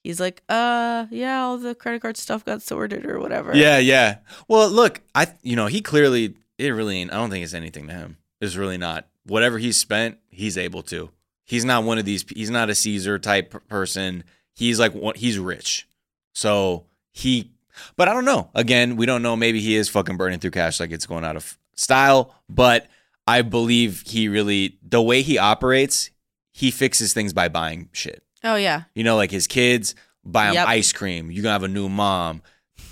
he's like, uh, yeah, all the credit card stuff got sorted or whatever.
Yeah, yeah. Well, look, I you know he clearly it really ain't. I don't think it's anything to him. It's really not. Whatever he's spent, he's able to. He's not one of these. He's not a Caesar type per- person. He's like one- he's rich, so he. But I don't know. Again, we don't know. Maybe he is fucking burning through cash like it's going out of style. But I believe he really the way he operates, he fixes things by buying shit.
Oh, yeah.
You know, like his kids buy him
Yep.
ice cream. You're gonna have a new mom.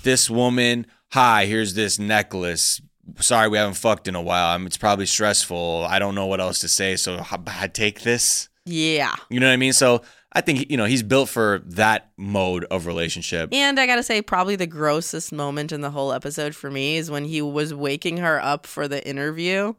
This woman, hi, here's this necklace. Sorry, we haven't fucked in a while. I'm, it's probably stressful. I don't know what else to say. So h- I take this.
Yeah.
You know what I mean? So I think you know he's built for that mode of relationship.
And I gotta say, probably the grossest moment in the whole episode for me is when he was waking her up for the interview.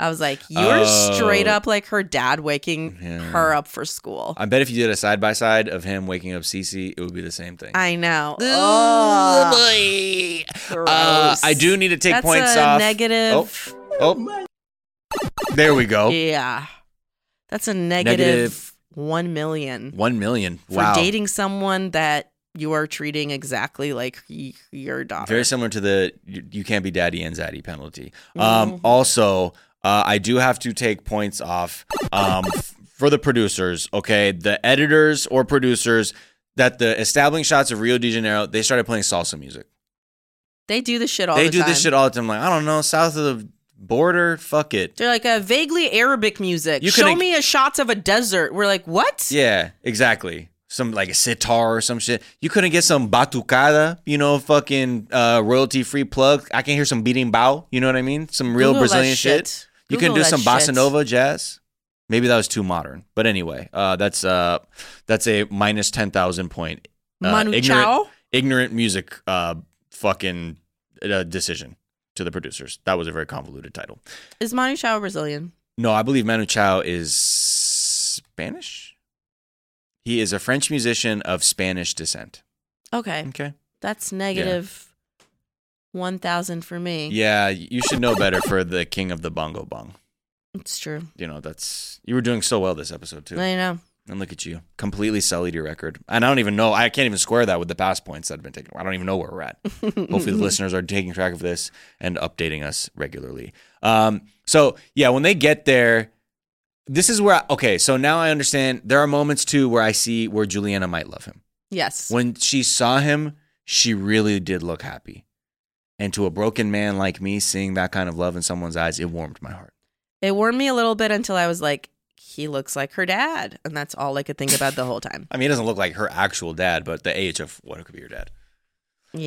I was like, you're
Oh.
straight up like her dad waking
Yeah.
her up for school.
I bet if you did a side by side of him waking up Cece, it would be the same thing.
I know. Ugh.
Boy.
gross.
Uh, I do need to take
That's
points
a
off.
Negative.
Oh, there we go.
Yeah. That's a negative,
Negative.
negative one million
One million.
for
wow.
dating someone that you are treating exactly like y- your daughter.
Very similar to the you you can't be daddy and zaddy penalty.
Mm-hmm.
Um, also, uh, I do have to take points off um, f- for the producers. Okay, the editors or producers that the establishing shots of Rio de Janeiro they started playing salsa music.
they do this shit all
they
the
do
time.
this shit all the time. Like I don't know, south of the border, fuck it.
They're like a vaguely Arabic music.
You
Show
couldn't-
me a shots of a desert. We're like, what?
Yeah, exactly. Some like a sitar or some shit. You couldn't get some batucada, you know, fucking uh, royalty free plug. I can hear some beating bow. You know what I mean? Some real
Google that
Brazilian shit. You can
Google
do
that
some bossa
shit.
nova jazz. Maybe that was too modern, but anyway, uh, that's uh, that's a minus ten thousand point uh,
Manu
ignorant,
Chao?
ignorant music uh, fucking uh, decision to the producers. That was a very convoluted title.
Is Manu Chao Brazilian?
No, I believe Manu Chao is Spanish. He is a French musician of Spanish descent.
Okay.
Okay.
That's negative 1,000 for me.
Yeah, you should know better for the king of the bongo bong.
It's true.
You know, that's you were doing so well this episode too.
I know.
And look at you, completely sullied your record. And I don't even know. I can't even square that with the past points that have been taken. I don't even know where we're at. Hopefully, the listeners are taking track of this and updating us regularly. Um, so yeah, when they get there, this is where. I, okay, so now I understand. There are moments too where I see where Juliana might love him.
Yes.
When she saw him, she really did look happy. And to a broken man like me, seeing that kind of love in someone's eyes, it warmed my heart.
It warmed me a little bit until I was like, he looks like her dad. And that's all I could think about the whole time.
I mean, it doesn't look like her actual dad, but the age of what it could be your dad.
Yeah.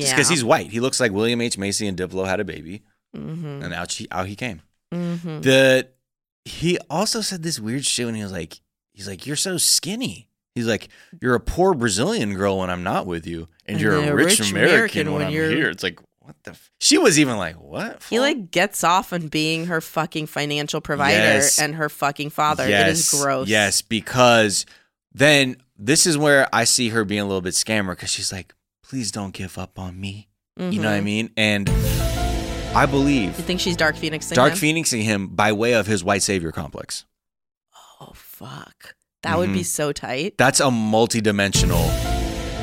Just because he's white, he looks like William H Macy and Diplo had a baby,
Mm-hmm.
and out she out he came.
Mm-hmm.
The he also said this weird shit when he was like, he's like, you're so skinny. He's like, you're a poor Brazilian girl when I'm not with you, and,
And
you're a
a
rich,
rich
American,
American
when,
when
I'm
you're-
here. It's like, what the? F-? She was even like, what?
He
fool?
like gets off on being her fucking financial provider
Yes.
and her fucking father. It is gross.
Yes, because then this is where I see her being a little bit scammer because she's like, please don't give up on me. You know what I mean? And I believe
Mm-hmm. You think she's Dark Phoenixing?
Dark
him?
Phoenixing him by way of his white savior complex.
Oh fuck. That would
Mm-hmm.
be so tight.
That's a multi-dimensional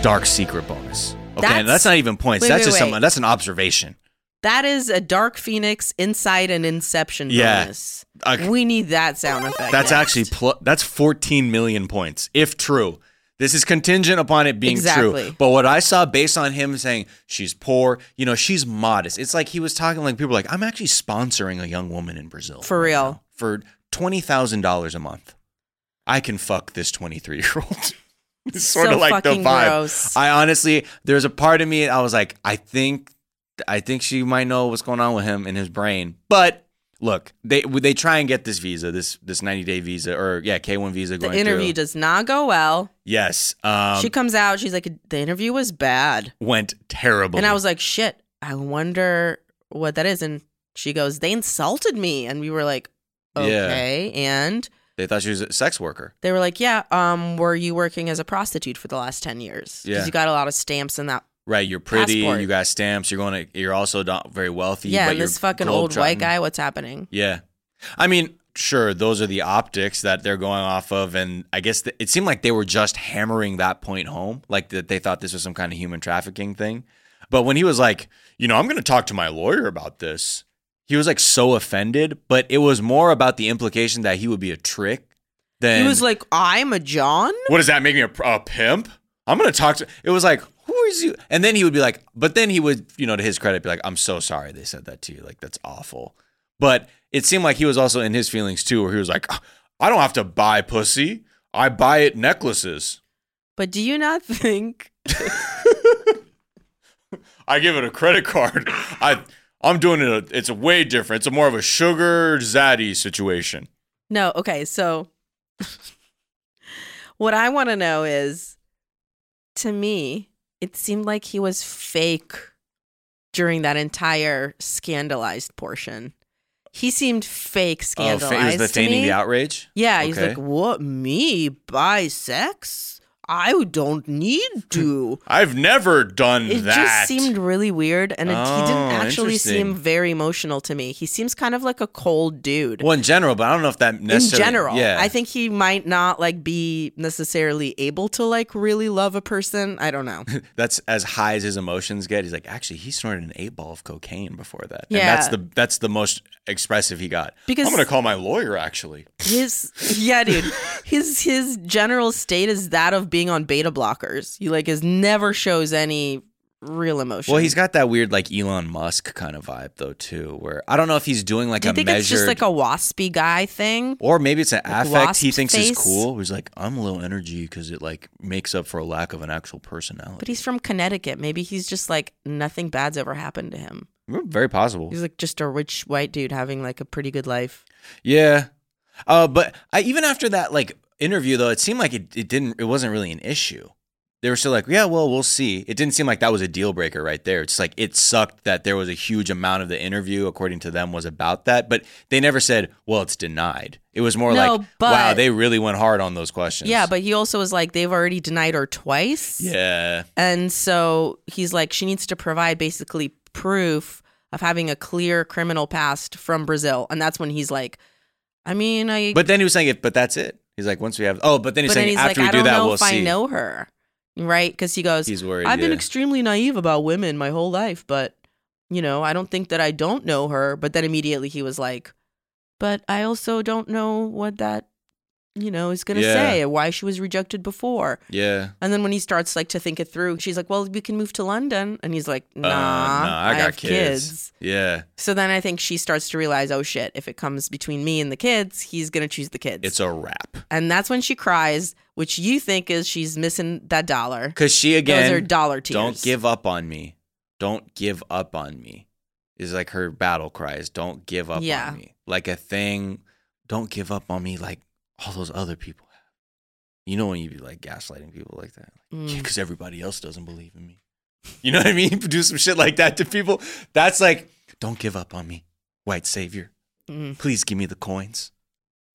dark secret bonus. Okay,
That's-
and that's not even points.
Wait,
that's
wait,
just
wait.
some, that's an observation.
That is a Dark Phoenix inside an Inception
Yeah.
bonus.
Okay.
We need that sound effect.
That's
next.
actually pl- that's 14 million points if true. This is contingent upon it being
Exactly.
true. But what I saw based on him saying she's poor, you know, she's modest. It's like he was talking like people were like I'm actually sponsoring a young woman in Brazil
for real.
for $20,000 a month. I can fuck this 23-year-old. It's
So
sort of like the
fucking
vibe.
gross.
I honestly there's a part of me I was like I think I think she might know what's going on with him in his brain. But look, they they try and get this visa, this this 90-day visa or yeah, K1 visa
The
going
interview
through.
does not go well.
yes. Um
she comes out, she's like, the interview was bad.
went terrible.
And I was like, shit, I wonder what that is. And she goes, they insulted me. And we were like,
Yeah.
okay. And
They thought she was a sex worker.
they were like, yeah, um, were you working as a prostitute for the last 10 years? Because
Yeah.
you got a lot of stamps in that.
Right, you're pretty,
Passport.
you got stamps, you're going to you're also not very wealthy,
yeah,
but
and
you're
this fucking old white
globetrotting.
guy, what's happening?
Yeah. I mean, sure, those are the optics that they're going off of. And I guess th- it seemed like they were just hammering that point home, like that they thought this was some kind of human trafficking thing. But when he was like, you know, I'm going to talk to my lawyer about this, he was like so offended, but it was more about the implication that he would be a trick than
he was like, I'm a John?
what does that make me a, a pimp? I'm gonna talk to. It was like, who is you? And then he would be like, but then he would, you know, to his credit, be like, I'm so sorry they said that to you. Like that's awful. But it seemed like he was also in his feelings too, where he was like, I don't have to buy pussy. I buy it necklaces.
But do you not think
I give it a credit card. I I'm doing it. A, it's a way different. It's a more of a sugar zaddy situation.
No, okay. So what I want to know is to me, it seemed like he was fake during that entire scandalized portion. He seemed fake scandalized.
Oh, it was the
to
feigning
me.
the outrage.
Yeah, he's
Okay.
like, "What me buy sex? I don't need to."
I've never done
It
that.
just seemed really weird, and it, he didn't
Oh,
actually seem
interesting.
very emotional to me. He seems kind of like a cold dude
well in general, but I don't know if that
in
necessarily.
general
yeah.
i think he might not like be necessarily able to like really love a person i don't know
that's as high as his emotions get. He's like, actually, he snorted an eight ball of cocaine before that.
Yeah.
And that's the that's the most expressive he got.
Because-
I'm gonna call my lawyer. Actually,
his yeah dude his his general state is that of being on beta blockers he like is never shows any real emotion
well, he's got that weird like Elon Musk kind of vibe though too, where I don't know if he's doing like
do you
a
think
measured.
it's just like a waspy guy thing
or maybe it's an
like
affect he
wasp
thinks
face?
is cool. He's like, I'm low energy because it like makes up for a lack of an actual personality.
but he's from connecticut maybe he's just like nothing bad's ever happened to him
very possible.
he's like just a rich white dude having like a pretty good life
Yeah. Uh, but I, even after that like interview though, it seemed like it, it didn't it wasn't really an issue. They were still like, yeah, well, we'll see. It didn't seem like that was a deal breaker right there. It's like it sucked that there was a huge amount of the interview, according to them, was about that. But they never said, well, it's denied. It was more
No,
like,
but-
wow, they really went hard on those questions.
yeah but he also was like they've already denied her twice
yeah,
And so he's like, she needs to provide basically proof of having a clear criminal past from Brazil. And that's when he's like, I mean, I.
but then he was saying it. But that's it. He's like, once we have, oh, but then he's
but then
saying
he's like,
after
I
we do
don't
that,
know
we'll
if
see.
I know her. Right? Because he goes,
He's worried.
I've been
yeah.
extremely naive about women my whole life, but, you know, I don't think that I don't know her. But then immediately he was like, but I also don't know what that, you know, is going to
Yeah.
say, why she was rejected before.
yeah.
And then when he starts like to think it through, she's like, "Well, we can move to London," and he's like, "Nah,
Uh, no,
I,
I got
have kids.
Yeah.
So then I think she starts to realize, "Oh shit! If it comes between me and the kids, he's gonna choose the kids."
It's a wrap.
and that's when she cries, which you think is she's missing that dollar.
Because she again,
Those are dollar tears.
Don't give up on me. Don't give up on me. Is like her battle cry is don't give up
Yeah.
on me. Like a thing, don't give up on me like all those other people have. You know when you be like gaslighting people like that. Like,
Mm.
because everybody else doesn't believe in me. You know what I mean? Do some shit like that to people. That's like, don't give up on me, white savior.
Mm.
Please give me the coins.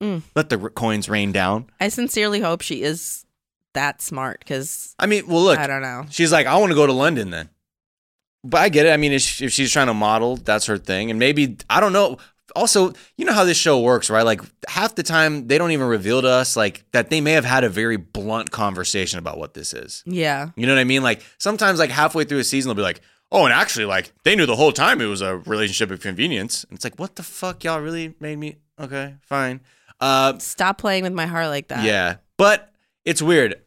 Mm.
Let the r- coins rain down.
I sincerely hope she is that smart because
I mean, well, look,
I don't know.
She's like, I want to go to London then. But I get it. I mean, if if she's trying to model, that's her thing. And maybe, I don't know. Also, you know how this show works, right? Like half the time they don't even reveal to us like that they may have had a very blunt conversation about what this is.
Yeah.
You know what I mean? Like sometimes like halfway through a season they'll be like, "Oh, and actually like they knew the whole time it was a relationship of convenience." And it's like, "What the fuck y'all really made me Okay, fine." Uh
Stop playing with my heart like that.
yeah. But it's weird.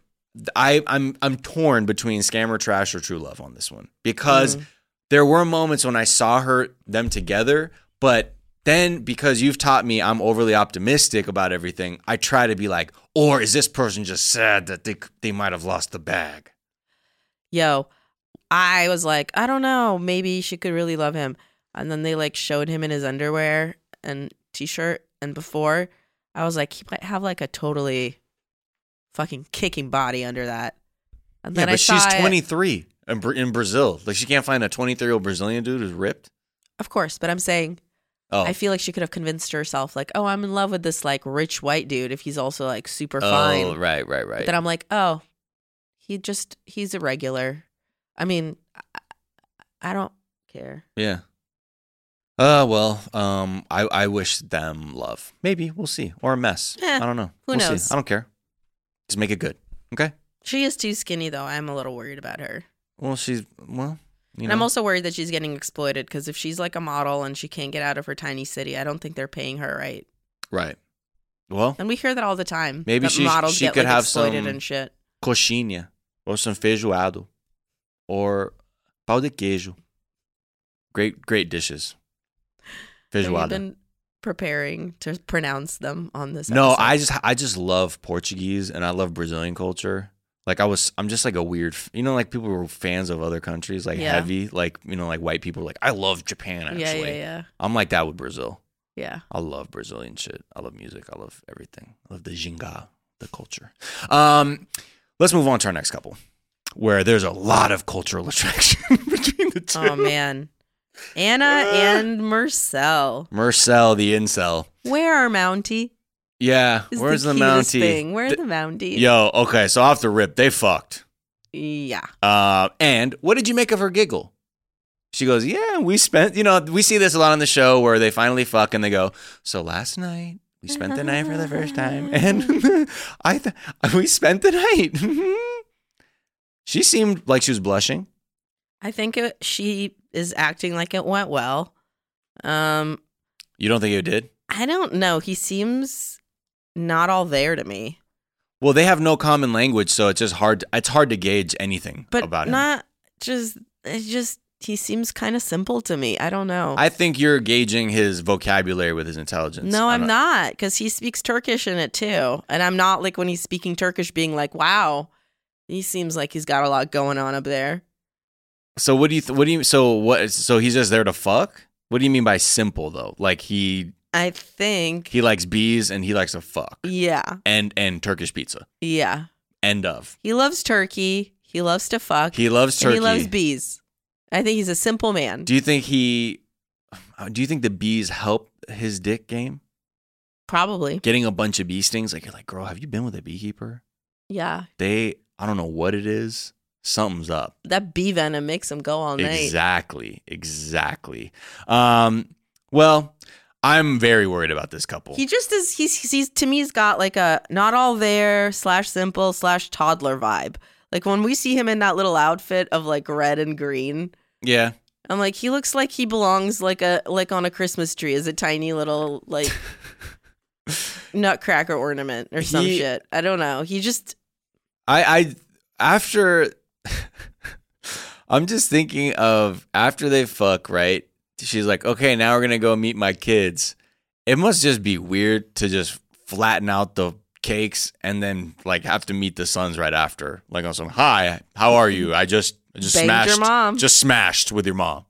I I'm I'm torn between scammer trash or true love on this one because
Mm.
there were moments when I saw her them together, but then because you've taught me I'm overly optimistic about everything, I try to be like, or is this person just sad that they they might have lost the bag?
Yo, I was like, I don't know. Maybe she could really love him. And then they like showed him in his underwear and t shirt. And before, I was like, he might have like a totally fucking kicking body under that. And
Yeah,
then I
but she's
saw it-
23 in, Bra- in Brazil. Like she can't find a 23 year old Brazilian dude who's ripped.
Of course, but I'm saying
Oh,
I feel like she could have convinced herself, like, oh, I'm in love with this like rich white dude if he's also like super fine.
Oh, right, right, right.
But then I'm like, oh, he just he's irregular. I mean, I, I don't care.
Yeah. Uh well, um I I wish them love. Maybe we'll see. Or a mess.
Eh,
I don't know.
who
We'll see.
knows?
I don't care. Just make it good. Okay?
She is too skinny though. I'm a little worried about her.
Well, she's well, you
and
know.
I'm also worried that she's getting exploited because if she's like a model and she can't get out of her tiny city, I don't think they're paying her right.
right. Well,
And we hear that all the time.
Maybe
that
she-
models
she
get
could
like
have
exploited
some-
and shit.
coxinha or some feijoado or pau de queijo. Great great dishes.
Have you
Feijoada.
been preparing to pronounce them on this?
No,
episode?
I just I just love Portuguese and I love Brazilian culture. Like I was, I'm just like a weird, you know, like people were fans of other countries, like
Yeah.
heavy, like you know, like white people, were like I love Japan. Actually,
Yeah, yeah, yeah,
I'm like that with Brazil.
yeah.
I love Brazilian shit. I love music. I love everything. I love the ginga, the culture. Um, let's move on to our next couple, where there's a lot of cultural attraction between the two.
Oh man, Anna and Marcel.
Marcel the incel.
Where are Mountie?
Yeah,
Is
where's the,
the, cutest
Mountie?
Thing. Where are
Th-
the Mountie?
Yo, okay, so off the rip, they fucked.
Yeah.
Uh, and what did you make of her giggle? She goes, Yeah, we spent, you know, we see this a lot on the show where they finally fuck and they go, So last night, we spent the night for the first time. And I th- we spent the night. she seemed like she was blushing.
I think it, she is acting like it went well. Um,
You don't think you did?
I don't know. He seems not all there to me.
Well, they have no common language, so it's just hard. It's hard to gauge anything
But
about him.
not just it's just he seems kind of simple to me. I don't know.
I think you're gauging his vocabulary with his intelligence.
no,
I
I'm
don't-
not because he speaks Turkish in it too, and I'm not like when he's speaking Turkish, being like, "Wow, he seems like he's got a lot going on up there."
So what do you? Th- what do you? So what? So he's just there to fuck. What do you mean by simple though? Like he
I think,
he likes bees and he likes to fuck
yeah,
and and Turkish pizza.
yeah.
End of.
He loves turkey. He loves to fuck.
He loves
and
turkey.
he loves bees. I think he's a simple man.
Do you think he? uh, Do you think the bees help his dick game?
Probably.
Getting a bunch of bee stings, like you're like, girl, have you been with a beekeeper?
Yeah.
They, I don't know what it is. Something's up.
That bee venom makes him go all night.
Exactly, exactly. Um, well, I'm very worried about this couple.
He just is he's he's to me he's got like a not all there slash simple slash toddler vibe. Like when we see him in that little outfit of like red and green,
yeah,
I'm like he looks like he belongs like a like on a Christmas tree as a tiny little like nutcracker ornament or some
He-
shit. I don't know. He just
I, I after I'm just thinking of after they fuck, right? She's like, okay, now we're gonna go meet my kids. It must just be weird to just flatten out the cakes and then like have to meet the sons right after, like on some hi, how are you? I just I just
Banged your
smashed
mom."
just smashed with your mom,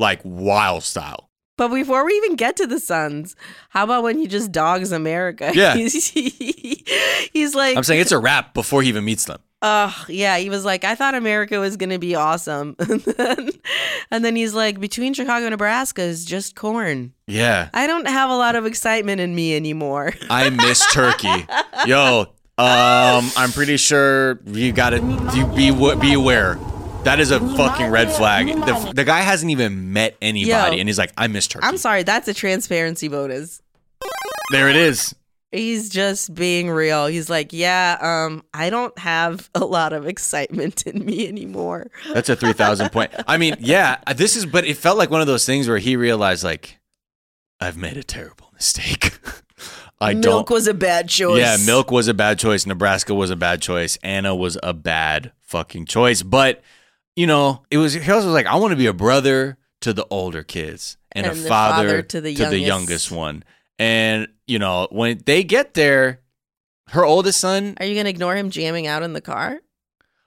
like wild style.
But before we even get to the Suns, how about when he just dogs America?
Yeah.
he's, he's like,
I'm saying it's a wrap before he even meets them.
oh yeah. He was like, I thought America was gonna be awesome, and then, and then he's like, between Chicago and Nebraska is just corn.
Yeah,
I don't have a lot of excitement in me anymore.
I miss turkey. Yo, um, I'm pretty sure you got to you be wa- be aware. That is a fucking red flag. The, the guy hasn't even met anybody,
Yo.
and he's like, I missed her.
I'm sorry, that's a transparency bonus.
There it is.
He's just being real. He's like, yeah, um, I don't have a lot of excitement in me anymore.
That's a 3,000 point. I mean, yeah, this is, but it felt like one of those things where he realized, like, I've made a terrible mistake. I
milk
don't.
was a bad choice.
Yeah, milk was a bad choice. Nebraska was a bad choice. Anna was a bad fucking choice. But, you know, it was, he also was like, I want to be a brother to the older kids and,
And
a
the
father, to, the,
youngest.
youngest one. And, you know, when they get there, her oldest son,
Are you gonna ignore him jamming out in the car?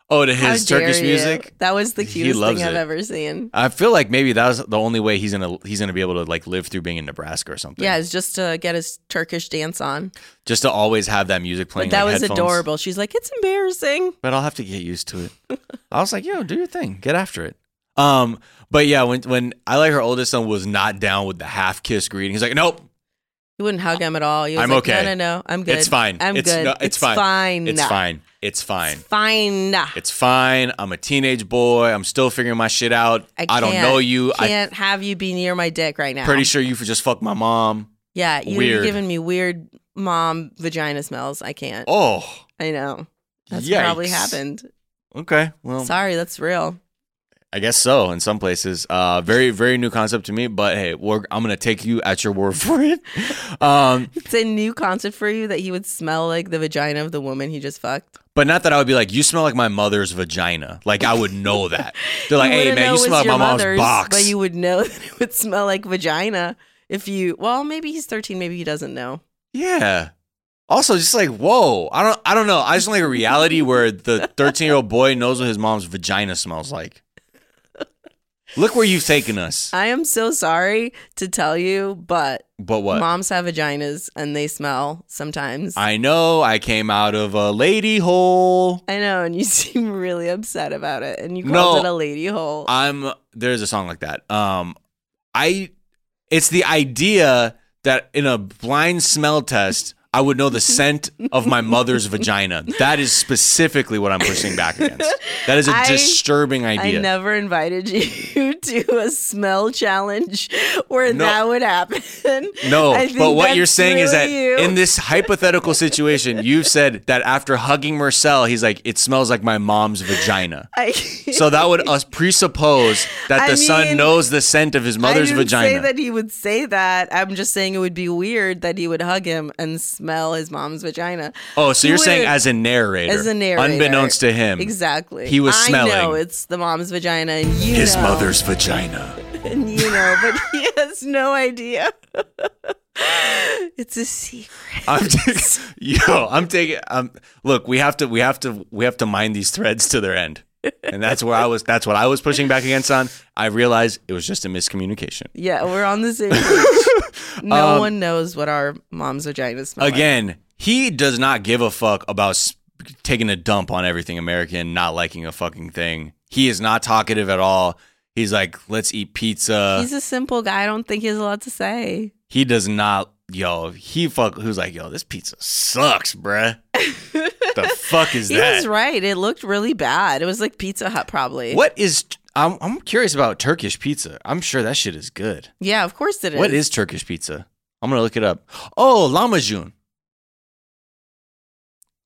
oh, to
How
his
dare
Turkish
you.
music.
That was the
He
cutest
loves
thing I've
it.
ever seen.
I feel like maybe that was the only way he's gonna he's gonna be able to like live through being in Nebraska or something.
Yeah, it's just to get his Turkish dance on.
just to always have that music playing.
But that
like,
was
headphones.
adorable. She's like, it's embarrassing.
But I'll have to get used to it. I was like, yo, do your thing, get after it. Um, but yeah, when when I like her oldest son was not down with the half kiss greeting, he's like, nope,
He wouldn't hug him at all. He was
I'm
like,
okay.
No, no, no. I'm good.
it's fine,
I'm
it's,
good.
no- it's, fine,
fine.
it's fine, it's fine.
It's fine.
It's fine. I'm a teenage boy. I'm still figuring my shit out. I, don't
can't-
know you.
Can't have you be near my dick right now.
I'm pretty sure you just fucked my mom.
Yeah, you- you're
Weird.
giving me weird mom vagina smells. I can't.
Oh,
I know. That's
Yikes. Oh.
probably happened.
okay. Well,
Sorry, that's real.
I guess so. In some places, uh, very very new concept to me. But hey, we're, I'm gonna take you at your word for it. Um,
It's a new concept for you that he would smell like the vagina of the woman he just fucked.
but not that I would be like, you smell like my mother's vagina. Like I would know that. They're like, hey
wouldn't
man,
know
you
it was
smell like
your
my mom's
mother's,
box.
But you would know that it would smell like vagina if you. Well, maybe he's 13. Maybe he doesn't know.
yeah. Also, just like whoa, I don't I don't know. I just want, like a reality where the 13 year old boy knows what his mom's vagina smells like. Look where you've taken us.
I am so sorry to tell you, but
But what?
moms have vaginas and they smell sometimes.
I know I came out of a lady hole.
I know, and you seem really upset about it, and you
No.
called it a lady hole.
I'm there's a song like that. Um I it's the idea that in a blind smell test I would know the scent of my mother's vagina. That is specifically what I'm pushing back against. That is a
I-
disturbing idea.
I never invited you to a smell challenge where
No.
that would happen.
no,
I think
but what you're
that's
saying is that
really you.
in this hypothetical situation, you've said that after hugging Marcel, he's like, it smells like my mom's vagina.
I,
So that would us presuppose that
I
the son
mean,
knows the scent of his mother's
I didn't
vagina.
say that he would say that. I'm just saying it would be weird that he would hug him and smell his mom's vagina.
Oh, so
He
you're saying
wouldn't-
as a narrator,
as a narrator,
unbeknownst to him,
exactly.
he was
I know
smelling
it's the mom's vagina, and you
his
know,
mother's vagina.
and you know, but he has no idea. it's a secret.
I'm just, yo, I'm taking. Um, look, we have to, we have to, we have to mine these threads to their end, and that's where I was. That's what I was pushing back against on. I realized it was just a miscommunication.
Yeah, we're on the same page. no one knows what our mom's vagina smells
Um, Again, he does not give a fuck about sp- taking a dump on everything American, not liking a fucking thing. He is not talkative at all. He's like, let's eat pizza.
like. He's a simple guy. I don't think he has a lot to say.
He does not, yo. He fuck. Who's like, yo? This pizza sucks, bruh. the fuck is
He
that?
was right. It looked really bad. It was like Pizza Hut, probably.
What is? I'm I'm curious about Turkish pizza. I'm sure that shit is good.
Yeah, of course it is.
What is Turkish pizza? I'm gonna look it up. Oh, lahmacun.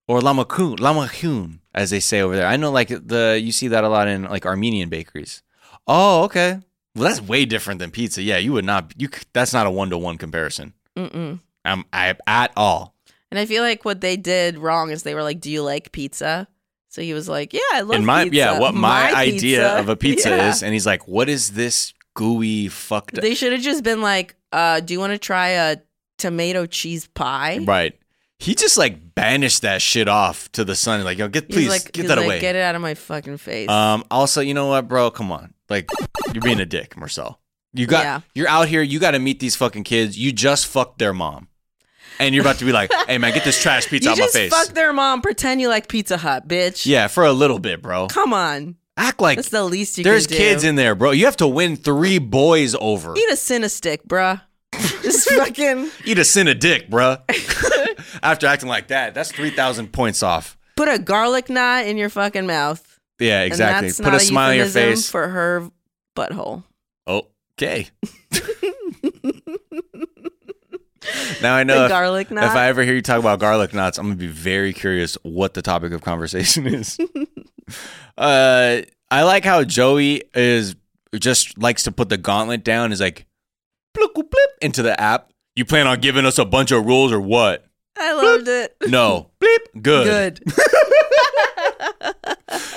Or lahmacun, lahmacun, as they say over there. I know, like the you see that a lot in like Armenian bakeries. Oh, okay. Well, that's way different than pizza. Yeah, you would not. You c- that's not a one to one comparison.
Mm-mm.
Um, I at all.
And I feel like what they did wrong is they were like, "Do you like pizza?" So he was like, "Yeah, I love
and my
pizza."
yeah, what my, idea
pizza."
of a pizza
Yeah.
is, and he's like, "What is this gooey fucked?" up?
They should have just been like, uh, "Do you want to try a tomato cheese pie?"
Right. He just like banished that shit off to the sun. Like, yo, get
He's
please
like,
get
he's
that
like,
away.
Get it out of my fucking face.
um. Also, you know what, bro? Come on. Like, you're being a dick, Marcel. You got.
Yeah.
You're out here. You got to meet these fucking kids. You just fucked their mom, and you're about to be like, "Hey, man, get this trash pizza
you
out my
just
face."
fuck their mom. Pretend you like Pizza Hut, bitch.
yeah, for a little bit, bro.
Come on.
Act like
That's the least you
there's
can do.
kids in there, bro. You have to win three boys over.
Eat a Cinestick, bruh. Just fucking
Eat a sin a dick, bruh. After acting like that, that's three thousand points off.
put a garlic knot in your fucking mouth.
Yeah, exactly.
And that's
Put
not
a, smile on your
euphemism
face.
for her butthole.
okay. now I know
the
if,
garlic knot.
if I ever hear you talk about garlic knots, I'm gonna be very curious what the topic of conversation is. uh, I like how Joey is just likes to put the gauntlet down. Is like, blip, blip into the app. You plan on giving us a bunch of rules or what?
I loved it.
No. Bleep. Good.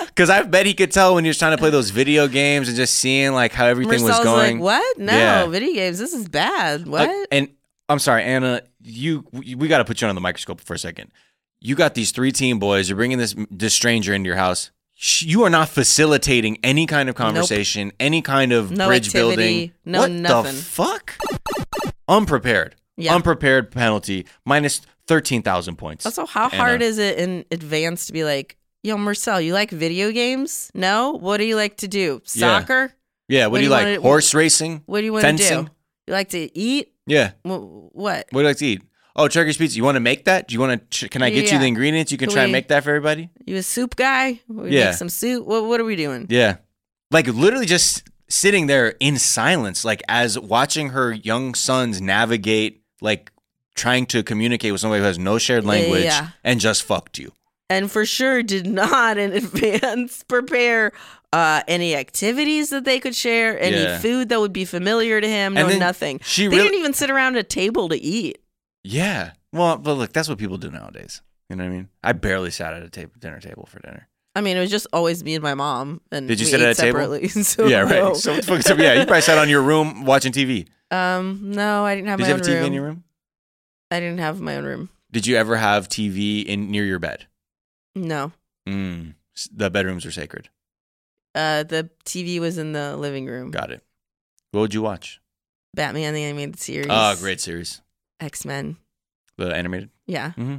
Because I bet he could tell when he was trying to play those video games and just seeing like how everything was
Marcel's
going.
like, what? No,
Yeah.
video games. This is bad.
Uh,
What?
and I'm sorry, Anna. You we got to put you under the microscope for a second. You got these three teen boys. You're bringing this this stranger into your house. Sh- You are not facilitating any kind of conversation, any kind of
No
bridge
activity,
building.
no
what
nothing.
the fuck? Unprepared.
Yeah.
Unprepared penalty minus thirteen thousand points.
also, how
Anna.
hard is it in advance to be like, yo, Marcel, you like video games? No? What do you like to do?
Yeah.
Soccer?
yeah. What, do you like?
wanna-
Horse racing.
What do you want to do?
Fencing.
You like to eat?
Yeah.
Wh- What?
What do you like to eat? Oh, Turkish pizza. You want to make that? Do you want to? Can I get you
Yeah.
the ingredients? You can
Can
try
we-
and make that for everybody.
You a soup guy? We
Yeah.
make some soup. What, what are we doing?
Yeah. Like literally just sitting there in silence, like as watching her young sons navigate, like trying to communicate with somebody who has no shared
Yeah,
language
yeah.
and just fucked you.
And for sure, did not in advance prepare uh, any activities that they could share, any
Yeah.
food that would be familiar to him,
And
no
then
nothing.
she
they
really-
didn't even sit around a table to eat.
Yeah. Well, but look, that's what people do nowadays. You know what I mean? I barely sat at a table, dinner table for dinner.
I mean, it was just always me and my mom. And
Did you
we
sit
ate
at a table?
separately, So
yeah, right.
no.
So, what the fuck- so, yeah, you probably sat on your room watching TV.
um, no, I didn't have
Did
my
you
own
have a TV
room.
in your room?
I didn't have my own room.
Did you ever have TV in near your bed?
No,
Mm. S- The bedrooms are sacred.
uh, the TV was in the living room.
Got it. What would you watch?
Batman the animated series.
Oh, great series.
X Men.
The animated.
Yeah.
Mm-hmm.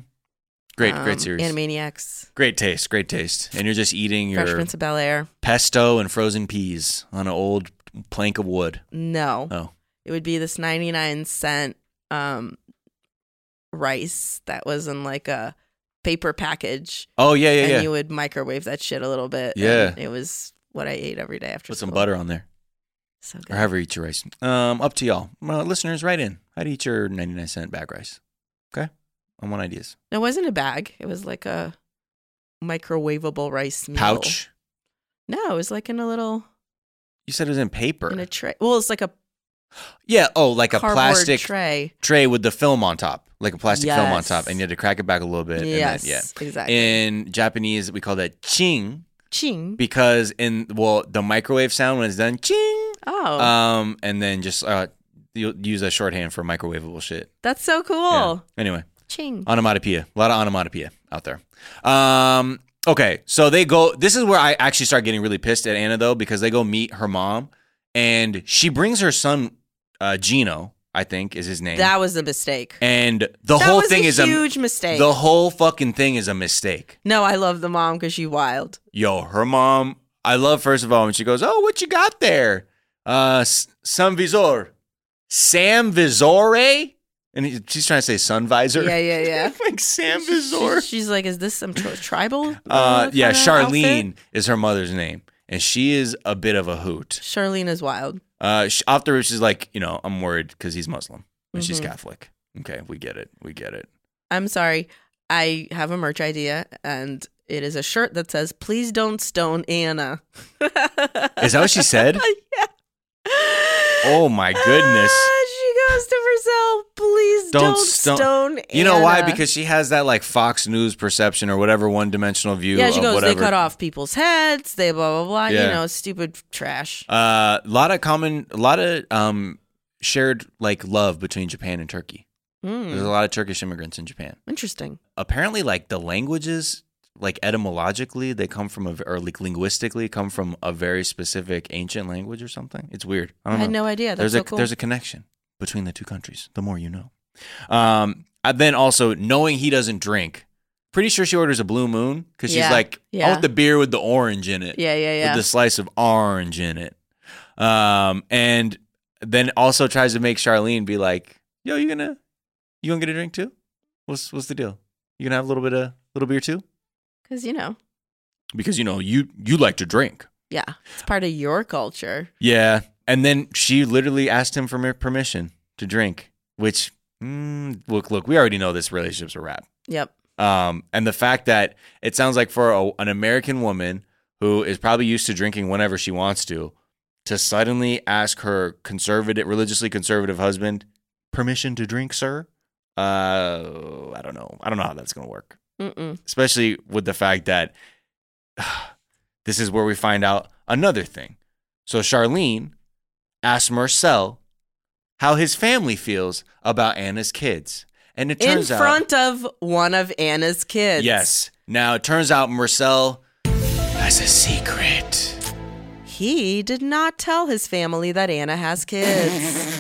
Great,
Um,
great series.
Animaniacs.
Great taste, great taste. And you're just eating your
Fresh Prince of Bel Air.
pesto and frozen peas on an old plank of wood.
No,
Oh,
it would be this ninety nine cent um rice that was in like a paper package,
oh yeah, yeah,
and
yeah.
you would microwave that shit a little bit.
Yeah.
and it was what I ate every day after.
Put some
school.
butter on there,
So
or
good.
however you eat your rice. Um, up to y'all, well, listeners. Write in. How would you eat your 99 cent bag rice? Okay, I want ideas.
It wasn't a bag. It was like a microwavable rice meal.
Pouch.
No, it was like in a little
You said it was in paper.
in a tray. Well, it's like a
yeah. Oh, like a
cardboard
plastic
tray.
tray with the film on top, like a plastic film on
Yes.
top, and you had to crack it back a little bit.
yes,
And then, yeah.
exactly.
In Japanese, we call that ching.
Ching.
because in well the microwave sound when it's done ching
oh,
um and then just uh you'll use a shorthand for microwavable shit
that's so cool.
Yeah. anyway
Ching.
onomatopoeia a lot of onomatopoeia out there um okay so they go this is where i actually start getting really pissed at anna though because they go meet her mom and she brings her son uh gino i think is his name
That was a mistake.
and the
that
whole
was
thing
a
is
huge
a
mistake.
the whole fucking thing is a mistake
no, I love the mom because she wild.
yo, her mom, I love first of all when she goes, "Oh, what you got there?" Uh, S- Sam Visor, Sam Visore, and he- she's trying to say sun visor.
Yeah, yeah, yeah.
like Sam
She's-
Visor.
she's like, is this some tri- tribal?
Uh, yeah,
kinda
Charlene
outfit?
is her mother's name, and she is a bit of a hoot.
Charlene is wild.
Uh, sh after she's like, you know, I'm worried because he's Muslim and she's
Mhm.
Catholic. Okay, we get it. We get it.
I'm sorry. I have a merch idea, and it is a shirt that says, "Please don't stone Anna."
Is that what she said?
yeah.
Oh my goodness.
Ah, she goes to herself. Please
Don't
don't,
stone-
stone.
You know why?
Anna."
Because she has that like Fox News perception or whatever one dimensional view
yeah, she
of
goes.
uh, whatever.
They cut off people's heads. They blah blah blah.
Yeah. Uh,
You know, stupid trash.
A lot of common, a lot of um, shared like love between Japan and Turkey.
Hmm.
There's a lot of Turkish immigrants in Japan.
Interesting.
Apparently, like the languages, like etymologically, they come from a, or like linguistically, come from a very specific ancient language or something. It's weird. I
I,
don't
had
know.
no idea. That's
there's
so
a
cool.
there's a connection between the two countries. The more you know. Um, and then also knowing he doesn't drink. Pretty sure she orders a blue moon because she's
Yeah,
like, I
yeah.
want the beer with the orange in it
yeah, yeah, yeah.
with the slice of orange in it. Um, and then also tries to make Charlene be like, "Yo, you gonna you gonna get a drink too? What's what's the deal? You gonna have a little bit of little beer too?
Because you know,
because you know you you like to drink.
Yeah. It's part of your culture.
Yeah, and then she literally asked him for mer- permission to drink, which mm, look look we already know this relationship's a wrap.
Yep.
Um, and the fact that it sounds like for a, an American woman who is probably used to drinking whenever she wants to, to suddenly ask her conservative, religiously conservative husband permission to drink, sir. Uh, I don't know. I don't know how that's gonna work,
Mm-mm.
especially with the fact that this is where we find out another thing. So Charlene asked Marcel how his family feels about Anna's kids, and it
In
turns out
front of one of Anna's kids.
Yes. Now it turns out Marcel has a secret.
He did not tell his family that Anna has kids.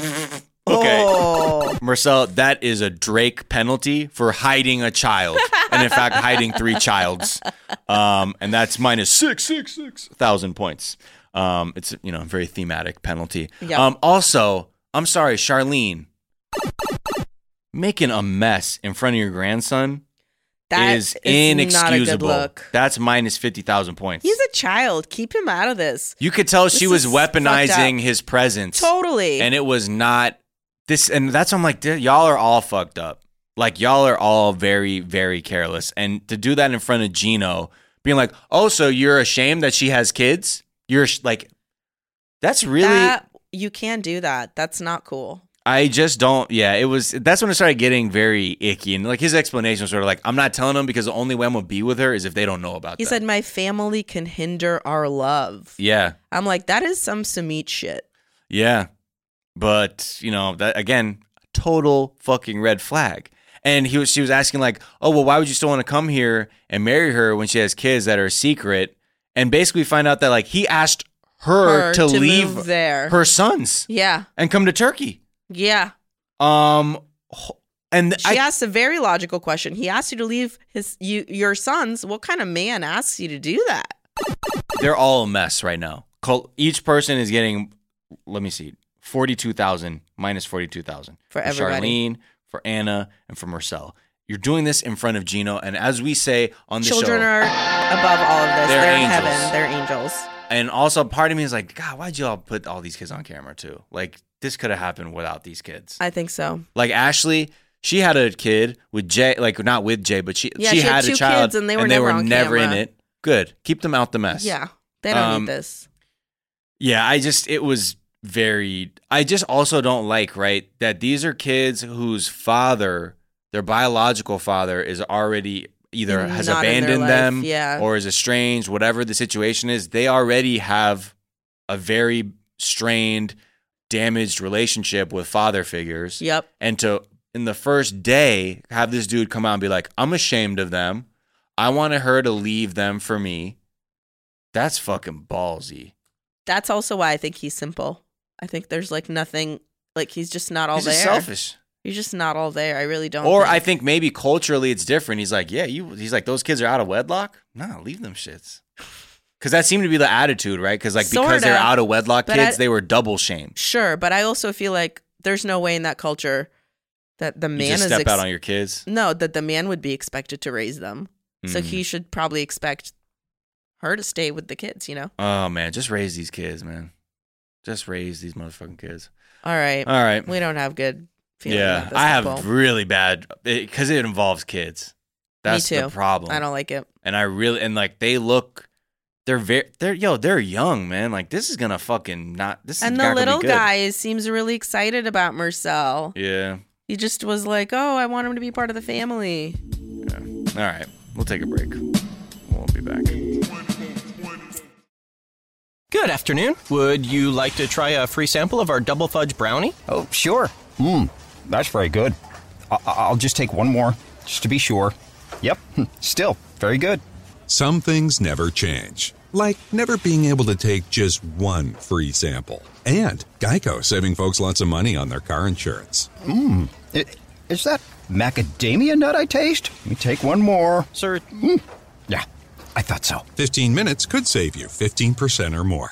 Okay.
Oh.
Marcel, that is a Drake penalty for hiding a child, and in fact, hiding three childs, um, and that's minus six, six, six thousand points. Um, it's you know a very thematic penalty.
Yeah.
Um, also, I'm sorry, Charlene, making a mess in front of your grandson
That
is,
not a
inexcusable.
good look.
That's minus fifty thousand points.
He's a child. Keep him out of this.
You could tell she
This
was
is fucked
weaponizing
up.
his presence.
Totally.
And it was not this and that's why I'm like "Dude, y'all are all fucked up. Like y'all are all very very careless. And to do that in front of Gino being like, "Oh, so you're ashamed that she has kids?" You're ash- like that's really
That- you can do that. That's not cool.
I just don't. Yeah, it was. That's when it started getting very icky, and like his explanation was sort of like, "I'm not telling them because the only way I'm gonna be with her is if they don't know about."
He
that."
said, My family can hinder our love.
"Yeah,
I'm like, that is some Sumit shit.
Yeah. But, you know, that again, total fucking red flag. And he was she was asking like, "Oh, well why would you still want to come here and marry her when she has kids that are a secret?" And basically find out that like he asked her,
Her
to,
to
leave
move there.
her sons
Yeah.
and come to Turkey.
Yeah.
Um ho- and
She
I
asked a very logical question. He asked you to leave his you your sons. What kind of man asks you to do that?
they're all a mess right now. Col- Each person is getting, let me see, 42,000 minus 42,000
For everybody.
Charlene, for Anna, and for Marcel. You're doing this in front of Gino. And as we say on the
Children
show,
are above all of this.
They're
They're, in
angels.
heaven. They're angels.
and also part of me is like, God, why'd you all put all these kids on camera too? Like, this could have happened without these kids.
I think so.
like, Ashley. She had a kid with Jay, like not with Jay, but she
Yeah,
she,
she had
had,
two
a child,
kids and they were never on
never in
camera.
it. Good, keep them out the mess.
Yeah. They don't
Um,
need this.
Yeah, I just it was very I just also don't like, right, that these are kids whose father, their biological father is already either has
Not in their
abandoned
life,
them
yeah.
or is estranged, whatever the situation is, they already have a very strained, damaged relationship with father figures.
Yep.
And to in the first day have this dude come out and be like, "I'm ashamed of them. I wanted her to leave them for me." That's fucking ballsy.
That's also why I think he's simple. I think there's like nothing like he's just not all
He's
there.
just selfish.
You're just not all there. I really don't.
Or I think maybe culturally it's different. He's like, yeah, you. He's like, those kids are out of wedlock. Nah, leave them shits. Because that seemed to be the attitude, right? Because like because
Sorta,
they're out of wedlock
but
kids,
I-
they were double shamed.
sure, but I also feel like there's no way in that culture that the
You
man
just
is
step
ex-
out on your kids.
no that the man would be expected to raise them. So
Mm.
he should probably expect her to stay with the kids. You know.
Oh man, just raise these kids, man. Just raise these motherfucking kids.
All right.
All right.
We don't have good feelings.
Uh, Yeah,
about this
I have
couple.
really bad because it, involves kids. That's
Me too.
the problem.
I don't like it.
and I really and like they look. They're very, they're yo, they're young, man. Like this is gonna fucking not. This is
And
not
the
gonna be
little
good.
guy is- seems really excited about Marcel.
Yeah.
He just was like, "Oh, I want him to be part of the family."
All right. We'll take a break. We'll be back.
Good afternoon. Would you like to try a free sample of our double fudge brownie?
Oh, sure. Mmm, that's very good. I- I- I'll just take one more, just to be sure. Yep, still very good.
Some things never change, like never being able to take just one free sample. And Geico saving folks lots of money on their car insurance.
Hmm, I- Is that macadamia nut I taste? Let me take one more. Hmm,
Sir,
Yeah, I thought so.
15 minutes could save you 15% or more.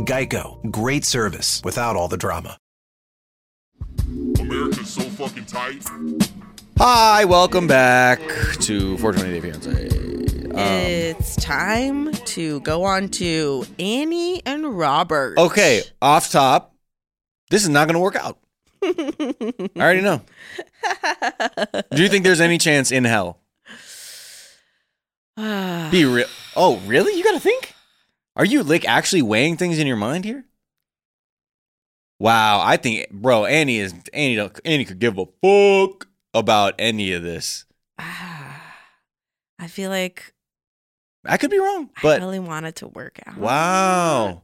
Geico, great service without all the drama.
America's so fucking tight.
Hi, welcome back to 420 Day Fiance. Um,
it's time to go on to Annie and Robert.
okay, off top, this is not going to work out. I already know. Do you think there's any chance in hell? Be real. Oh, really? You got to think. Are you like actually weighing things in your mind here? Wow, I think, bro, Annie is Annie. Don't, Annie could give a fuck about any of this.
I feel like
I could be wrong,
I
but
really want it to work out.
wow,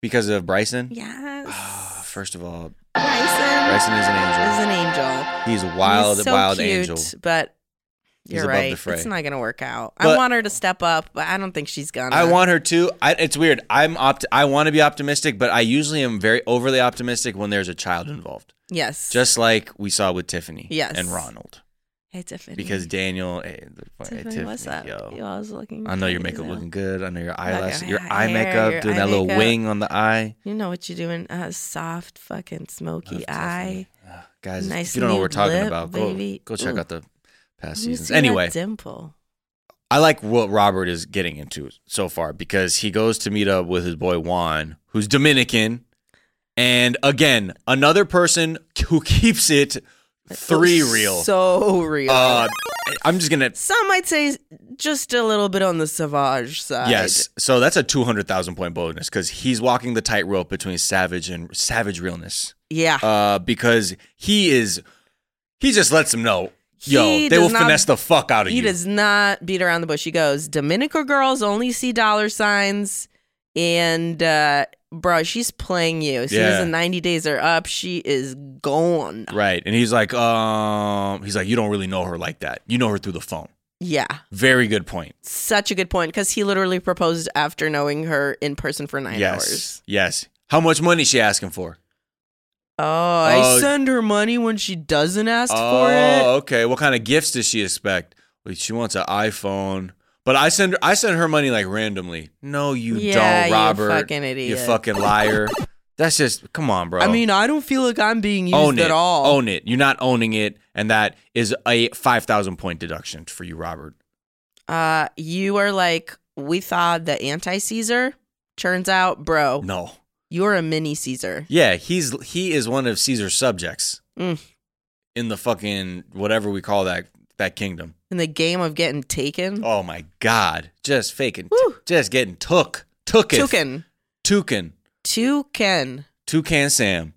because of Bryson. Ah,
Yes.
First of all,
Bryson
Bryson is an
is
angel.
an angel.
He's a wild,
He's so
wild
cute,
angel.
But
He's
you're
above the
right.
fray.
It's not gonna work out. I
But-
want her to step up, but I don't think she's gonna.
I want her to. I, it's weird. I'm opt. I want to be optimistic, but I usually am very overly optimistic when there's a child involved.
Yes.
Just like we saw with Tiffany.
Yes.
And Ronald.
Hey Tiffany.
Because Daniel, hey, the- hey,
Tiffany,
Tiffany,
what's up?
yo.
You always looking
I know your
crazy
makeup
now.
looking good. I know your
your
eyelashes, your
hair,
eye makeup,
your
doing
eye
that little
makeup.
wing on the eye.
you know what you're doing. Uh, soft fucking smoky eye.
Guys,
Nice
if you don't know what
new
we're talking
lip,
about,
baby.
go go check
Ooh.
out the past
Let me
seasons.
see that
Anyway,
dimple.
I like what Robert is getting into so far because he goes to meet up with his boy Juan, who's Dominican. And again, another person who keeps it three real.
So real.
Uh, I'm just going to.
Some might say just a little bit on the savage side.
Yes. So that's a 200,000 point bonus because he's walking the tightrope between savage and savage realness.
Yeah.
Uh, because he is, he just lets them know, yo,
He
they will
does not-
finesse the fuck out of
he
you.
does not beat around the bush. He goes, Dominica girls only see dollar signs, and uh, bro, she's playing you. As soon as
Yeah.
the ninety days are up, she is gone.
Right. And he's like, um, he's like, you don't really know her like that. You know her through the phone.
Yeah,
Very good point.
such a good point because he literally proposed after knowing her in person for nine
yes.
hours.
Yes. How much money is she asking for?
Oh, I
Oh.
send her money when she doesn't ask for it.
oh, okay. What kind of gifts does she expect? Well, she wants an iPhone. But I send her, I send her money like randomly. No, you
Yeah,
don't,
you
Robert.
fucking idiot.
You fucking liar. That's just come on, bro.
I mean, I don't feel like I'm being used
own it.
at all.
Own it. You're not owning it, and that is a five thousand point deduction for you, Robert.
Uh, you are like we thought the anti Caesar. Turns out, bro,
No.
you're a mini Caesar.
Yeah, he's he is one of Caesar's subjects
Mm.
in the fucking whatever we call that that kingdom.
in the game of getting taken.
Oh my god, just faking, just getting took, took it,
Toucan.
toucan,
Toucan.
toucan Sam.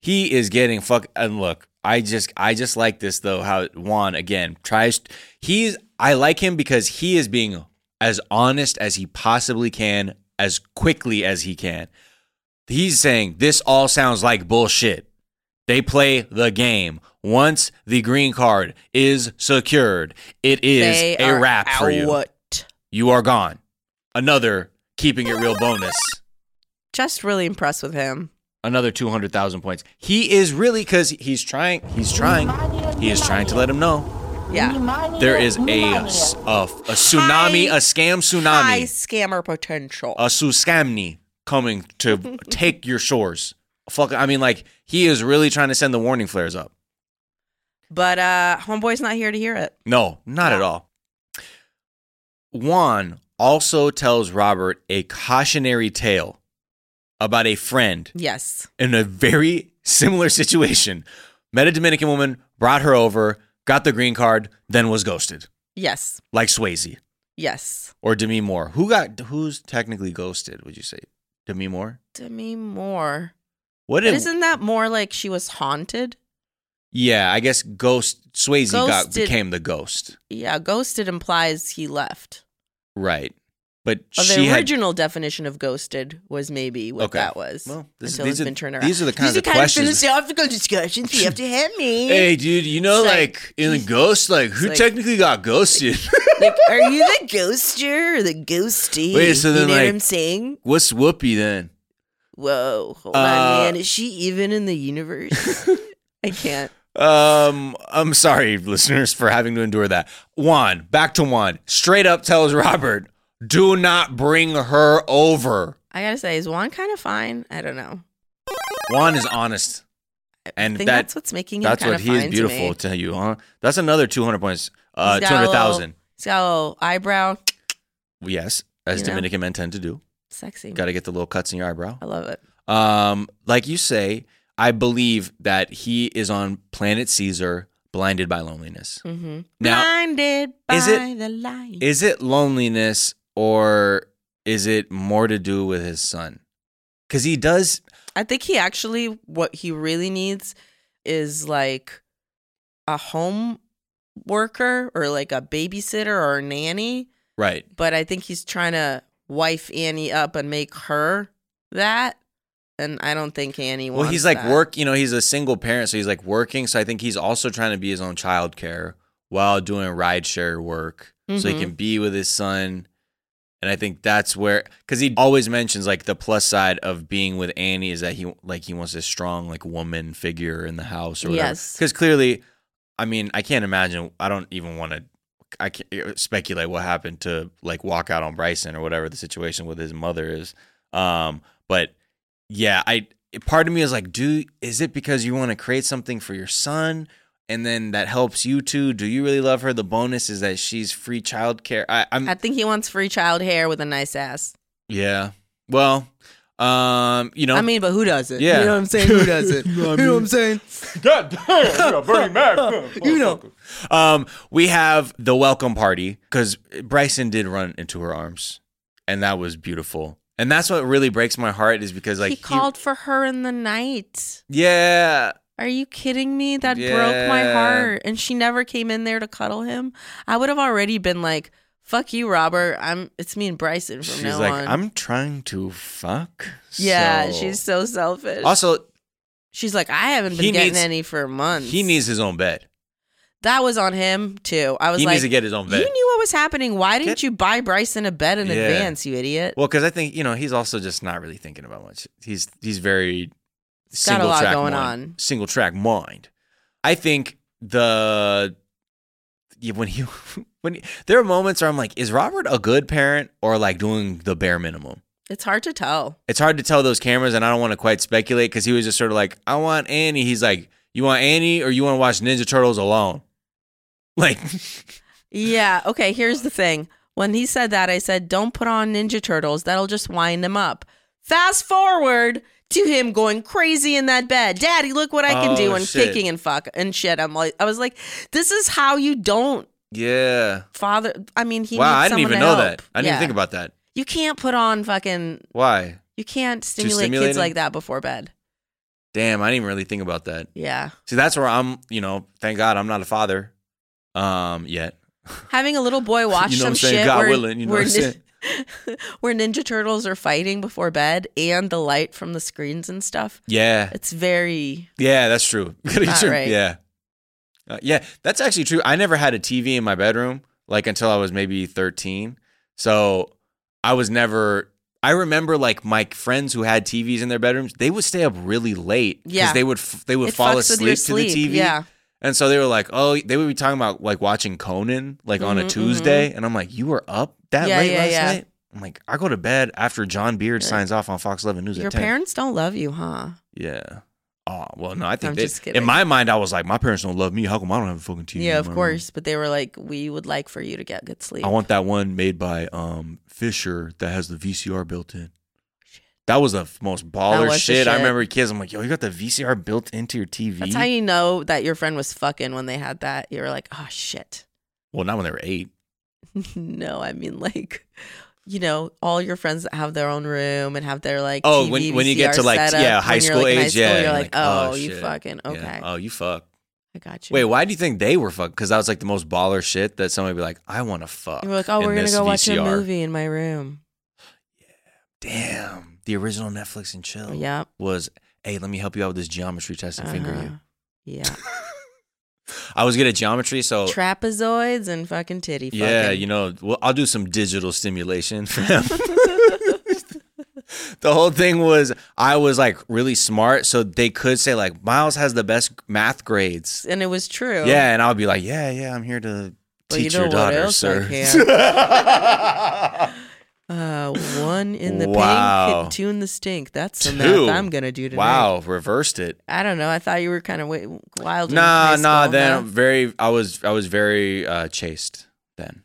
He is getting fuck. And look, I just I just like this though. How Juan again tries. He's I like him because he is being as honest as he possibly can, as quickly as he can. He's saying this all sounds like bullshit. They play the game. Once the green card is secured, it is
They
a
are
wrap for you.
out.
You are gone. Another keeping it real bonus.
Just really impressed with him.
Another 200,000 points. He is really cuz he's trying he's trying he is trying to let him know
Yeah.
there is a s- a, a tsunami, a scam tsunami,
High
Oh.
scammer potential.
a suscamni coming to take your shores. Fuck, I mean like he is really trying to send the warning flares up.
but uh homeboy's not here to hear it.
No, not at all. Juan also tells Robert a cautionary tale about a friend
Yes.
in a very similar situation. Met a Dominican woman, brought her over, got the green card, then was ghosted,
Yes.
like Swayze
Yes.
or Demi Moore. Who got who's technically ghosted? Would you say Demi Moore?
Demi Moore.
What
But
did?
isn't that more like she was haunted?
yeah, I guess ghost Swayze got
Ghosted-
became the ghost,
Yeah, ghosted implies he left.
right? But
Well,
she
the
had
original definition of ghosted was maybe what
Okay.
that was. Well,
this-
until
these
it's
are-
been turned around.
these are the kinds
are
of questions-
philosophical discussions we have to have, me.
Hey, dude, you know, like, in the ghost, like, who
like-
technically got ghosted?
like, are you the ghoster or the ghosty?
Wait, so
you
then,
know
like,
what I'm saying?
what's Whoopi then?
Whoa, hold on,
Uh,
man. Is she even in the universe? I can't.
Um, I'm sorry, listeners, for having to endure that. Juan, back to Juan. Straight up tells Robert, do not bring her over.
I gotta say, is Juan kind of fine? I don't know.
Juan is honest, and
think
that-
that's what's making him
That's
kinda
what he is
fine to
beautiful
me.
to, you, huh? That's another 200 points, uh,
He's got a little-
200,000.
He's got a little eyebrow.
Yes, as
You know?
Dominican men tend to do.
Sexy.
Got to get the little cuts in your eyebrow.
I love it.
Um, like you say, I believe that he is on planet Caesar, blinded by loneliness.
Mhm.
Now,
Blinded by
is it-
the light.
Is it loneliness or is it more to do with his son? Because he does.
I think he actually what he really needs is like a home worker or like a babysitter or a nanny.
Right.
But I think he's trying to wife Annie up and make her that. And I don't think Annie wants.
Well, he's like
that.
work. You know, he's a single parent, so he's like working. So I think he's also trying to be his own childcare while doing rideshare work, so
Mm-hmm.
he
Mhm.
can be with his son. And I think that's where, because he always mentions like the plus side of being with Annie is that he like he wants a strong like woman figure in the house or whatever.
Yes.
Because clearly, I mean, I can't imagine. I don't even want to. I can't uh, speculate what happened to like walk out on Bryson or whatever the situation with his mother is. Um, but yeah, I part of me is like, do is it because you want to create something for your son, and then that helps you too? Do you really love her? The bonus is that she's free childcare. I, I'm
I think he wants free child hair with a nice ass.
yeah. Well, um, you know,
I mean, but who does it?
Yeah.
You know what I'm saying? Who does it?
You know
you
what I
know what I'm saying?
God damn, Bernie Mac.
you know.
Um, we have the welcome party because Bryson did run into her arms, and that was beautiful. And that's what really breaks my heart is because like
he called for her in the night.
yeah,
Are you kidding me? That broke my
Yeah.
heart. And she never came in there to cuddle him. I would have already been like, "Fuck you, Robert. I'm. It's me and Bryson from
she's
now
like,
on."
I'm trying to fuck. so-
yeah, she's so selfish.
also
she's like, I haven't
he
been getting
needs-
any for months.
he needs his own bed.
that was on him too. I was
He
like,
needs to get his own
You
bed.
knew what was happening. Why didn't you buy Bryson a bed in
Yeah.
advance, you idiot?
Well, because I think you know he's also just not really thinking about much. He's he's very
He's got a lot going
mind-
on.
Single track mind. I think the yeah, when he when he, there are moments where I'm like, is Robert a good parent or like doing the bare minimum?
It's hard to tell.
It's hard to tell those cameras, and I don't want to quite speculate because he was just sort of like, I want Annie. He's like, you want Annie or you want to watch Ninja Turtles alone? Like,
Yeah. Okay. Here's the thing. When he said that, I said, don't put on Ninja Turtles. That'll just wind him up. Fast forward to him going crazy in that bed. Daddy, look what I can do
Oh,
and
shit.
kicking and fuck and shit. I'm like, I was like, this is how you don't
yeah.
father. I mean, he.
wow,
needs
I didn't
someone
even
to
know
help.
that. I didn't
Yeah.
even think about that.
You can't put on fucking.
Why?
You can't stimulate kids
stimulating?
like that before bed.
Damn, I didn't really think about that.
Yeah.
See, that's where I'm, you know, thank God I'm not a father um yet.
Having a little boy watch
You know what
some
I'm saying?
shit
God
where,
willing, you know
where,
what I'm
nin- where Ninja Turtles are fighting before bed and the light from the screens and stuff.
Yeah.
It's very
Yeah, that's true. Gotta get
Not
your-
right.
Yeah. Uh, yeah, that's actually true. I never had a TV in my bedroom like until I was maybe 13. So I was never I remember like my friends who had TVs in their bedrooms, they would stay up really late
Yeah.
they would f- they would
It
fall
fucks with your
asleep to the
sleep,
TV.
yeah.
And so they were like, "Oh, they would be talking about like watching Conan like on a
Mhm,
Tuesday." And I'm like, "You were up that
Yeah,
late
yeah,
last
yeah.
night?" I'm like, "I go to bed after John Beard signs off on Fox 11 News
your
at 10."
parents don't love you, huh?
Yeah. Oh, well, no, I think
I'm
they,
just kidding.
in my mind, I was like, my parents don't love me. How come I don't have a fucking TV?
yeah,
in
of
my room?
course. But they were like, we would like for you to get good sleep.
I want that one made by um, Fisher that has the VCR built in. That was the f- most baller
was the
shit. I
shit.
remember kids. I'm like, yo, you got the VCR built into your TV?
That's how you know that your friend was fucking when they had that. You were like, oh shit.
well, not when they were eight.
no, I mean like, you know, all your friends that have their own room and have their like.
Oh,
TV,
when when you get
VCR
to like
setup,
yeah
when
high
you're,
school
like, in
age,
high school,
yeah,
You're like, oh, you
shit.
fucking
Yeah.
okay.
Oh, you fuck.
I got you.
Wait, why do you think they were fucked? Because that was like the most baller shit that somebody would be like, I want to fuck.
You were like, oh,
in
we're gonna
this
go watch a
VCR."
movie in my room.
Damn. The original Netflix and chill.
Yep.
Was hey, let me help you out with this geometry test and finger you.
Uh-huh. Yeah.
I was good at geometry, so
Trapezoids and fucking titty. Fucking.
Oh. yeah, you know, well, I'll do some digital stimulation for them. the whole thing was I was like really smart, so they could say like Miles has the best math grades.
and it was true.
Yeah, and I'll be like, yeah, yeah, I'm here to
But
teach
you know
your
what
daughter,
else I
sir.
can? uh, one in the pink
Wow.
could tune the stink. That's the
Two.
math I'm gonna do tonight.
Wow, reversed it.
I don't know. I thought you were kind of w- wild. in
Nah,
high
nah.
school,
Then
no?
I'm very, I was, I was very uh, chaste then.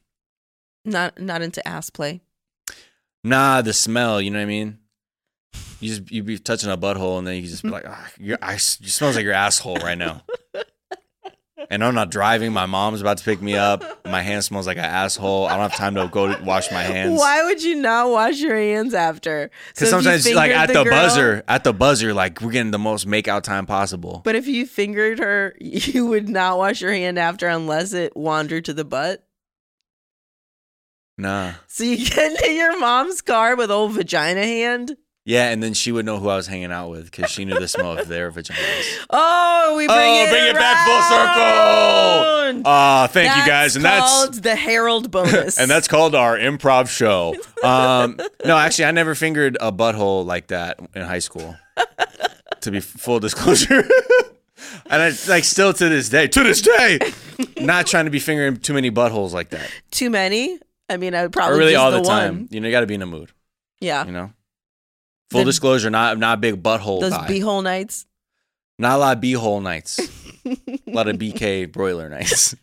not not into ass play.
Nah, the smell. You know what I mean? You just you'd be touching a butthole, and then you just be like, ah, your I, it smells like your asshole right now. And I'm not driving. My mom's about to pick me up. My hand smells like an asshole. I don't have time to go to wash my hands.
Why would you not wash your hands after?
Because
So if you
sometimes, like
fingered
at the,
girl-
buzzer, at the buzzer, like we're getting the most makeout time possible.
But if you fingered her, you would not wash your hand after unless it wandered to the butt.
Nah.
So you get into your mom's car with old vagina hand.
Yeah, and then she would know who I was hanging out with because she knew the smell of their vaginas.
Oh, we bring
oh,
it
bring it back full
around.
circle. Ah, thank you guys, and that's
called the Herald bonus.
and that's called our improv show. Um, no, actually, I never fingered a butthole like that in high school. to be f- full disclosure, and I like still to this day, to this day, not trying to be fingering too many buttholes like that,
too many. I mean, I would probably
or really
just
all
the,
the, time.
One.
You know, you got to be in the mood.
Yeah,
You know, full
The-
disclosure, not not a big butthole.
those
guy.
beehole nights.
Not a lot of b-hole nights. a lot of BK broiler nights.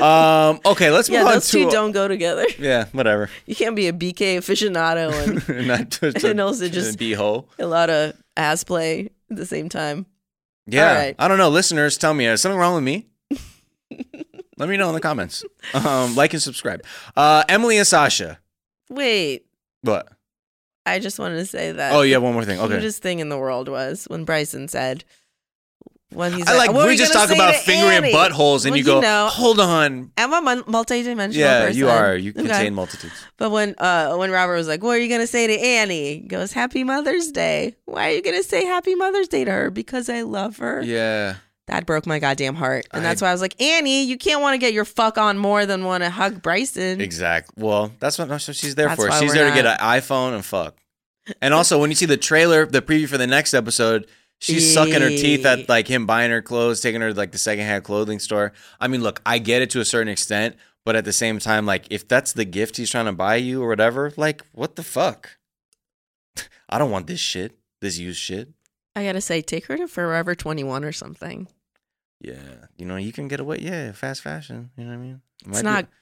um, okay, let's
yeah,
move on
those
to
two
a-
don't go together.
Yeah, whatever.
You can't be a BK aficionado and
Not just
And also just-
b-hole.
a lot of ass play at the same time.
Yeah.
All right.
I don't know. Listeners, tell me, is something wrong with me? Let me know in the comments. Um, like and subscribe. Uh, Emily and Sasha.
Wait,
What?
Uh, I just wanted to say that.
Oh, you have one more thing.
The
Okay.
cutest thing in the world was when Bryson said, when he's
I like,
what are
we just
gonna
talk
say
about
to
fingering
Annie?"
buttholes and
Well,
you go,
know,
hold on.
I'm a mun- multidimensional
Yeah,
person.
you are. You
Okay.
contain multitudes.
But when uh, when Robert was like, "What are you gonna say to Annie?" He goes, "Happy Mother's Day." Why are you gonna say Happy Mother's Day to her? Because I love her.
Yeah.
That broke my goddamn heart, and that's why I was like, Annie, you can't want to get your fuck on more than want to hug Bryson.
Exactly. Well, that's what, that's what she's there
That's
for.
why
She's
we're
there to get an
not-
iPhone and fuck. And also, when you see the trailer, the preview for the next episode, she's sucking her teeth at like him buying her clothes, taking her to like the secondhand clothing store. I mean, look, I get it to a certain extent, but at the same time, like if that's the gift he's trying to buy you or whatever, like what the fuck? I don't want this shit, this used shit.
I gotta say, take her to Forever 21 or something.
Yeah, you know you can get away. Yeah, fast fashion. You know what I mean?
It's not-
Be,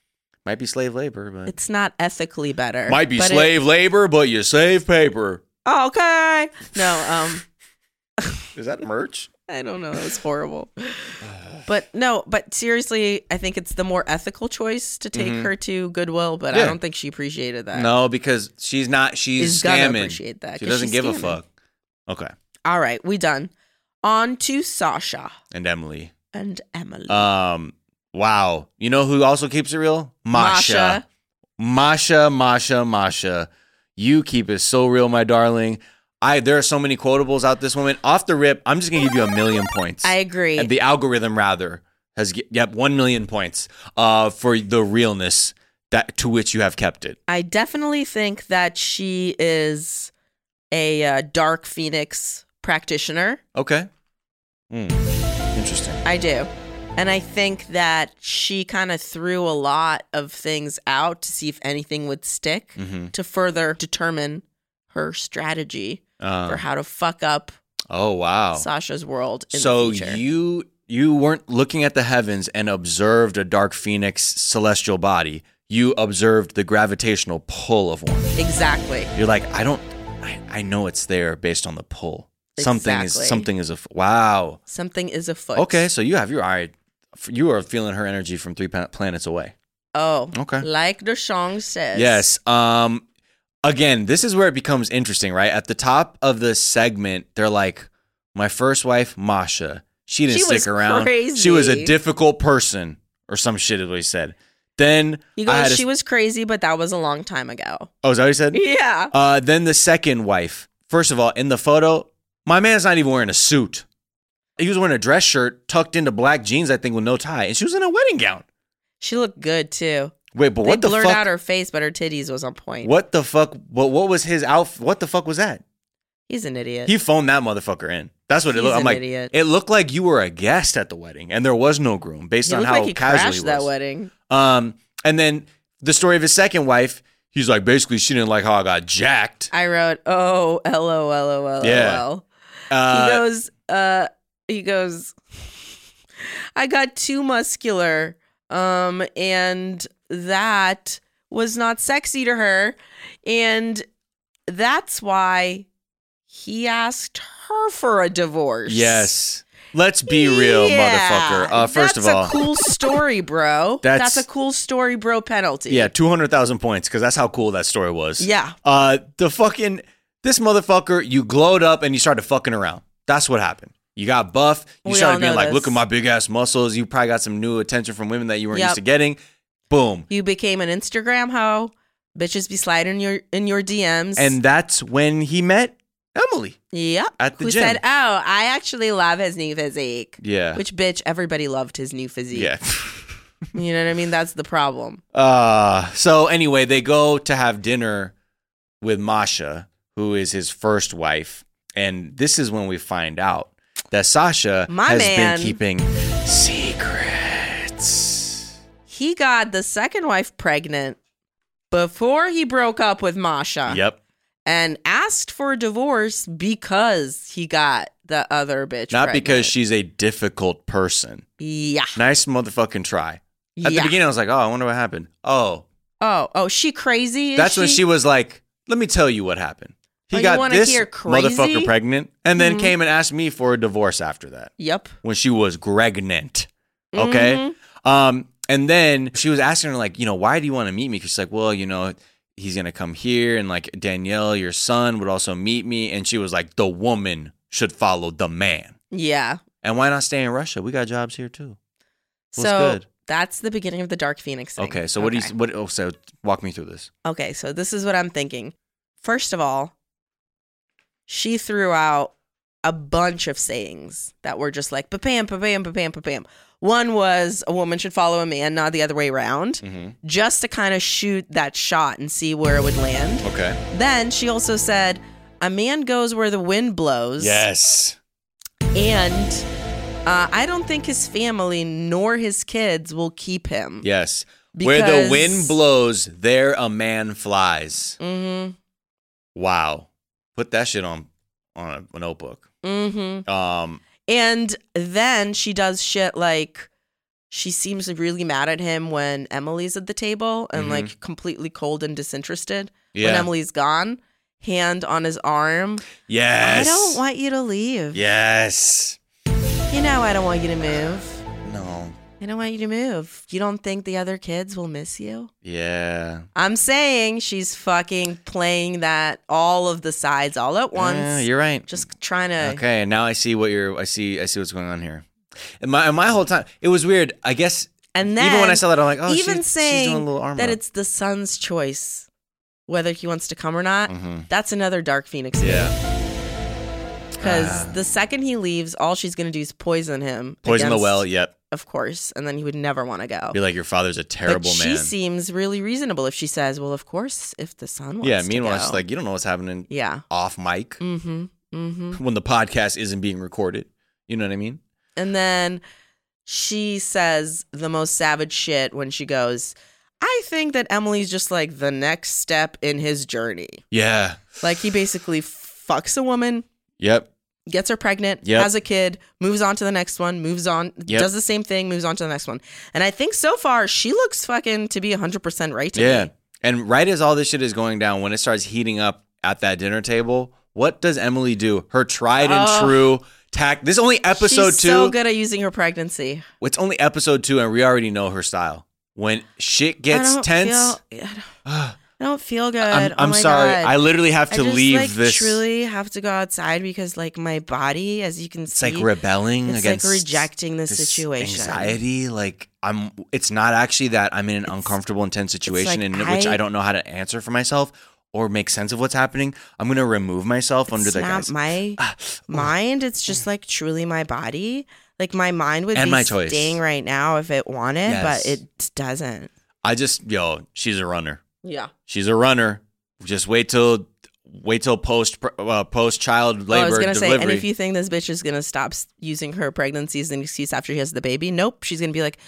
might be slave labor, but
It's not ethically better.
might be
but it-
slave labor, but you save paper.
Oh, okay. No, um,
Is that merch?
I don't know. It was horrible. but no, but seriously, I think it's the more ethical choice to take
Mhm.
her to Goodwill, but I
Yeah.
don't think she appreciated that.
No, because she's not. She's
Uh, Is gonna
scamming.
appreciate that,
she
'cause
doesn't
she's
give a
scamming.
fuck. Okay,
All right, we done. On to Sasha
and Emily.
and Emily.
Um, wow. You know who also keeps it real? Masha. Masha, Masha, Masha. You keep it so real, my darling. I there are so many quotables out this woman. Off the rip, I'm just gonna give you a million points.
I agree.
And the algorithm rather has gi- yep one million points uh for the realness that to which you have kept it.
I definitely think that she is a uh, Dark Phoenix practitioner.
Okay. Hmm. Interesting.
I do. And I think that she kind of threw a lot of things out to see if anything would stick
Mhm.
to further determine her strategy
Uh,
for how to fuck up
oh wow.
Sasha's world in
so
the future.
you you weren't looking at the heavens and observed a dark phoenix celestial body. You observed the gravitational pull of one.
exactly.
You're like, I don't, I, I know it's there based on the pull. Something is
Exactly.
something is a f- wow.
Something is afoot.
Okay, so you have your eye. You are feeling her energy from three pa- planets away.
Oh.
Okay.
Like the song says.
Yes. Um again, this is where it becomes interesting, right? At the top of the segment, they're like, My first wife, Masha, She didn't
She was
stick around. She was a
crazy.
difficult person or some shit is what he said. Then
You
I
go,
had a-
she was crazy, but that was a long time ago.
Oh, is that what he said?
Yeah.
Uh, then the second wife. First of all, in the photo, my man's not even wearing a suit. He was wearing a dress shirt tucked into black jeans, I think, with no tie, and she was in a wedding gown.
She looked good too.
Wait, but
they
what the
blurred
fuck?
out her face, but her titties was on point.
What the fuck? What what was his outfit? What the fuck was that?
He's an idiot.
He phoned that motherfucker in. That's what it
He's
looked. I'm
an
like,
idiot.
it looked like you were a guest at the wedding, and there was no groom, based
He
on
looked
how
like he
casual he
crashed
was.
that wedding.
Um, and then the story of his second wife. He's like, basically, she didn't like how I got jacked.
I wrote, oh, lol,
Yeah. Uh,
he goes, uh, he goes, I got too muscular. Um, and that was not sexy to her. And that's why he asked her for a divorce.
Yes. Let's be real,
Yeah,
motherfucker. Uh, first
that's
of all,
a cool story, bro.
That's-
that's, a cool story, bro. Penalty.
yeah, 200,000 points because that's how cool that story was.
Yeah.
Uh, the fucking, this motherfucker, you glowed up and you started fucking around. That's what happened. You got buff. You
We
started
all
being
know
like,
this.
look at my big ass muscles. You probably got some new attention from women that you weren't
Yep.
used to getting. Boom.
You became an Instagram hoe. Bitches be sliding your in your DMs.
And that's when he met Emily.
yep,
at the
who
gym.
said, "Oh, I actually love his new physique."
Yeah.
Which bitch? Everybody loved his new physique.
Yeah.
You know what I mean? That's the problem.
Uh, so anyway, they go to have dinner with Masha, who is his first wife, and this is when we find out that Sasha
My
has
man.
been keeping secrets.
He got the second wife pregnant before he broke up with Masha.
Yep.
And asked for a divorce because he got the other bitch.
Not
pregnant.
because she's a difficult person.
Yeah.
Nice motherfucking try. At the
Yeah.
beginning, I was like, oh, I wonder what happened. Oh,
Oh, oh, she crazy. Is
that's when
she?
she was like, let me tell you what happened. He
Oh, you
got
wanna
this
hear crazy?
motherfucker pregnant and then
Mhm.
came and asked me for a divorce after that.
Yep.
when she was pregnant. Okay.
Mm-hmm.
Um, and then she was asking her, like, you know, why do you want to meet me? Because she's like, well, you know, he's going to come here. And like, Danielle, your son, would also meet me. And she was like, the woman should follow the man.
Yeah.
And why not stay in Russia? We got jobs here too. What's
so
good?
that's the beginning of the Dark Phoenix. Thing.
Okay. So, what do you, what, oh, so walk me through this.
Okay, so this is what I'm thinking. First of all, she threw out a bunch of sayings that were just like pa-pam, pa-pam, pa-pam, pa-pam. One was a woman should follow a man, not the other way around,
Mm.
just to kind of shoot that shot and see where it would land.
Okay.
Then she also said, a man goes where the wind blows.
Yes.
And uh, I don't think his family nor his kids will keep him.
Yes. Where the
Because-
wind blows, there a man flies.
Mm-hmm.
Wow. Put that shit on on a, a notebook.
Mm-hmm.
Um,
And then she does shit like she seems really mad at him when Emily's at the table and
Mhm.
like completely cold and disinterested when
Yeah.
Emily's gone, hand on his arm.
yes.
I don't want you to leave.
Yes.
You know, I don't want you to move.
No.
I don't want you to move. You don't think the other kids will miss you?
Yeah.
I'm saying she's fucking playing that all of the sides all at once.
Yeah, you're right.
just trying to.
Okay, and now I see what you're. I see. I see what's going on here. And my and my whole time, it was weird. I guess.
And then
even when I saw that, I'm like, oh,
even
she's,
saying
she's doing a little arm
that
up.
it's the son's choice whether he wants to come or not.
Mhm.
That's another Dark Phoenix.
Yeah.
Because
Ah.
the second he leaves, all she's gonna do is poison him.
Poison the
against-
well. Yep.
Of course, and then he would never want to go.
Be like your father's a terrible
but she
man.
seems really reasonable if she says, "Well, of course, if the son wants."
yeah.
to
Meanwhile,
go.
she's like, you don't know what's happening
"Yeah."
off mic
Mm-hmm. Mm-hmm.
when the podcast isn't being recorded. You know what I mean?
And then she says the most savage shit when she goes, I think that Emily's just like the next step in his journey.
Yeah.
Like he basically fucks a woman,
Yep.
gets her pregnant,
Yep.
has a kid, moves on to the next one, moves on,
Yep.
does the same thing, moves on to the next one. And I think so far she looks fucking to be 100% right to
Yeah.
me.
And right as all this shit is going down, when it starts heating up at that dinner table, what does Emily do? Her tried and
Oh.
true tact. This is only episode
She's
two.
so good at using her pregnancy.
It's only episode two, and we already know her style. When shit
I
gets
don't
tense,
feel- I don't- I don't feel good.
I'm,
Oh
I'm
my
sorry.
God.
I literally have
I
to
just,
leave
like,
this.
Truly have to go outside because like my body, as you can
it's
see,
like rebelling
it's
against
like rejecting the
this
situation.
Anxiety, like I'm. It's not actually that I'm in an uncomfortable, intense situation
like
in which
I-
I don't know how to answer for myself or make sense of what's happening. I'm gonna remove myself under
It's
the Oh.
not
guise
my mind. It's just like truly my body. Like my mind would
And
be
my choice.
staying right now if it wanted,
Yes.
but it doesn't.
I just yo, she's a runner.
Yeah.
She's a runner. Just wait till wait till post uh, post child
Well,
labor
Oh, I was gonna
delivery.
say, and if you think this bitch is gonna stop s- using her pregnancy as an excuse after she has the baby, nope, she's gonna be like,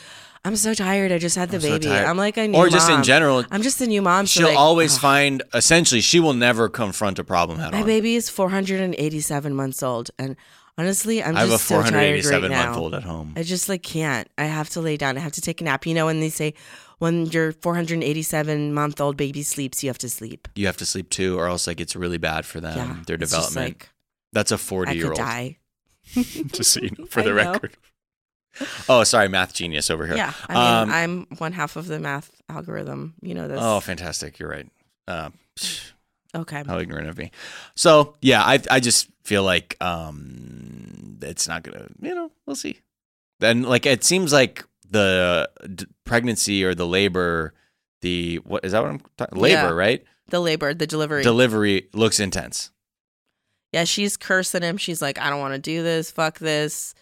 "I'm so tired. I just had the
I'm so
baby.
tired."
I'm like a new
Or just in
mom.
general,
I'm just a new mom. So
She'll
like,
always
ugh,
find. Essentially, she will never confront a problem head
my
on.
baby is 487 months old, and honestly, I'm
I have
just
a
so tired right
487 month
now.
old at home.
I just like can't. I have to lay down. I have to take a nap. You know when they say when your 487 month old baby sleeps, you have to sleep.
You have to sleep too, or else like it's really bad for them.
Yeah,
Um, their
it's just
development.
like,
That's a
I
forty year
could
old.
die.
Just so you know, for
I
the
know.
record. Oh, sorry, math genius over here.
Yeah, I
Um,
mean, I'm one half of the math algorithm. You know this.
Oh, fantastic! You're right. Uh,
Mm. Okay.
How ignorant of me. So yeah, I I just feel like um it's not gonna you know we'll see. Then like it seems like the d- pregnancy or the labor, the what is that what I'm talking labor
Yeah.
right
The labor, the delivery.
delivery looks intense.
yeah, she's cursing him. She's like, I don't want to do this. Fuck this.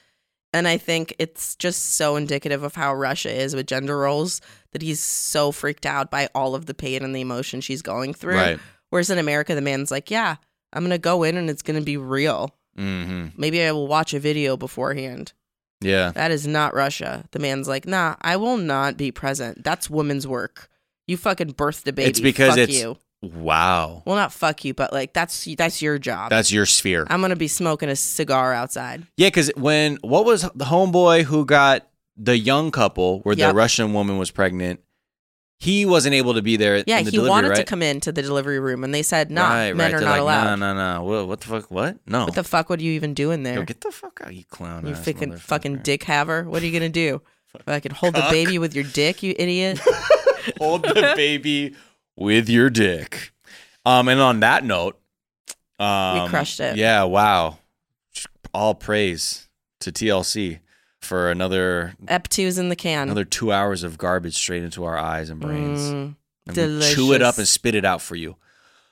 And I think it's just so indicative of how Russia is with gender roles that he's so freaked out by all of the pain and the emotion she's going through.
Right.
Whereas in America, the man's like, yeah, I'm going to go in and it's going to be real.
Mm-hmm.
Maybe I will watch a video beforehand.
Yeah.
That is not Russia. The man's like, nah, I will not be present. That's woman's work. You fucking birthed a baby.
It's because
fuck
it's
you.
wow.
Well, not fuck you, but like that's that's your job.
That's your sphere.
I'm gonna be smoking a cigar outside.
yeah, because when what was the homeboy who got the young couple where the
Yep.
Russian woman was pregnant? He wasn't able to be there.
Yeah,
in the
he
delivery,
wanted
right?
to come into the delivery room, and they said, "Nah,
right,
men
right.
are
They're
not
like,
allowed.
No, no, no. Wha- What the fuck? What? No.
What the fuck would you even do in there?
Yo, get the fuck out, you clown.
you
ass
fucking
motherfucker.
fucking dick haver. What are you gonna do? Fucking hold
Cuck.
the baby with your dick, you idiot.
Hold the baby with your dick. Um, and on that note, um,
crushed it.
Yeah, wow. All praise to TLC for another
Ep two's in the can.
another two hours of garbage straight into our eyes and brains.
Mm,
and we chew it up and
delicious.
spit it out for you.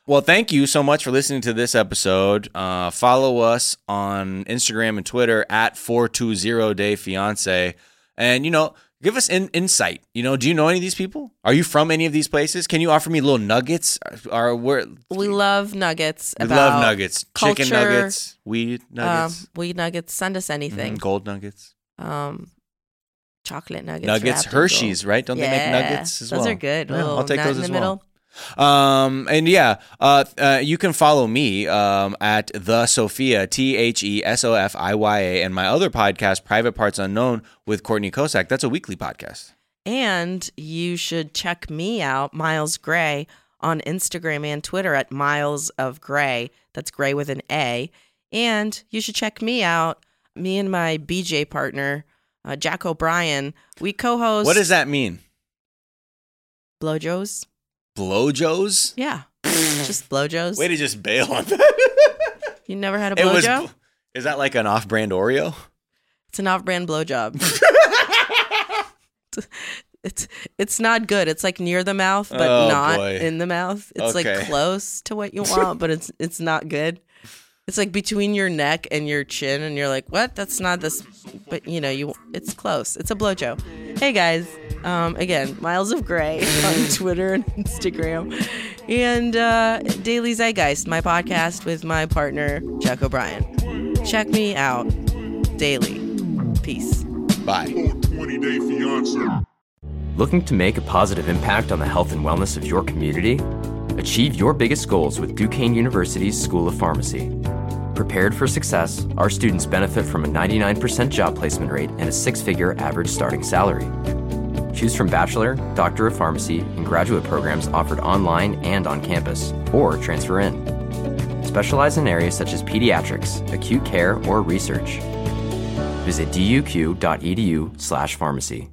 Well, thank you so much for listening to this episode. Uh, follow us on Instagram and Twitter at 420 Day Fiance. And, you know, give us in- insight. You know, do you know any of these people? Are you from any of these places? Can you offer me little nuggets? Uh, Are, are where
We love nuggets.
we
about
love nuggets, chicken
culture,
nuggets, weed nuggets,
Um, weed nuggets. Send us anything.
mhm, gold nuggets,
Um, chocolate nuggets.
nuggets,
wrapped in gold.
Hershey's, right? Don't they
Yeah,
make nuggets as
those
well?
are good.
Yeah,
Little
I'll take
nut
those
in
as
the
well.
middle.
Um, and yeah, uh, uh, you can follow me um, at the Sophia T H E S O F I Y A and my other podcast, Private Parts Unknown, with Courtney Kosak. That's a weekly podcast.
And you should check me out, Miles Gray, on Instagram and Twitter at Miles of Gray. That's Gray with an A. And you should check me out, me and my BJ partner, uh, Jack O'Brien. We co host.
What does that mean?
Blowjoes.
Blowjows?
Yeah. just blowjows.
Way to just bail on that.
you never had a
It was.
blowjob?
Is that like an off-brand Oreo?
It's an off-brand blowjob. it's it's not good. It's like near the mouth, but
Oh,
not
boy.
in the mouth. It's
Okay.
like close to what you want, but it's it's not good. It's like between your neck and your chin, and you're like, "What? That's not this." But you know, you it's close. It's a blowjob. Hey guys, um, again, Miles of Gray on Twitter and Instagram, and uh, Daily Zeitgeist, my podcast with my partner Jack O'Brien. Check me out daily. Peace.
Bye.
20 Day Fiance.
Looking to make a positive impact on the health and wellness of your community? Achieve your biggest goals with Duquesne University's School of Pharmacy. Prepared for success, our students benefit from a 99% job placement rate and a six figure average starting salary. Choose from bachelor, doctor of pharmacy, and graduate programs offered online and on campus, or transfer in. Specialize in areas such as pediatrics, acute care, or E research. Visit duq.edu/pharmacy.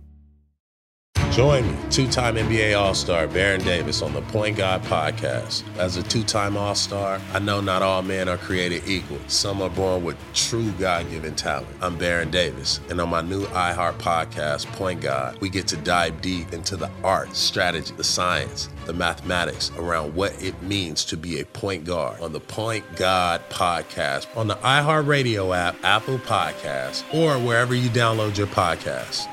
Join me, two time NBA All Star Baron Davis on the Point Guard Podcast. As a two time All Star, I know not all men are created equal. Some are born with true God given talent. I'm Baron Davis, and on my new iHeart podcast, Point Guard, we get to dive deep into the art, strategy, the science, the mathematics around what it means to be a point guard on the Point God Podcast on the iHeartRadio app, Apple Podcasts, or wherever you download your podcasts.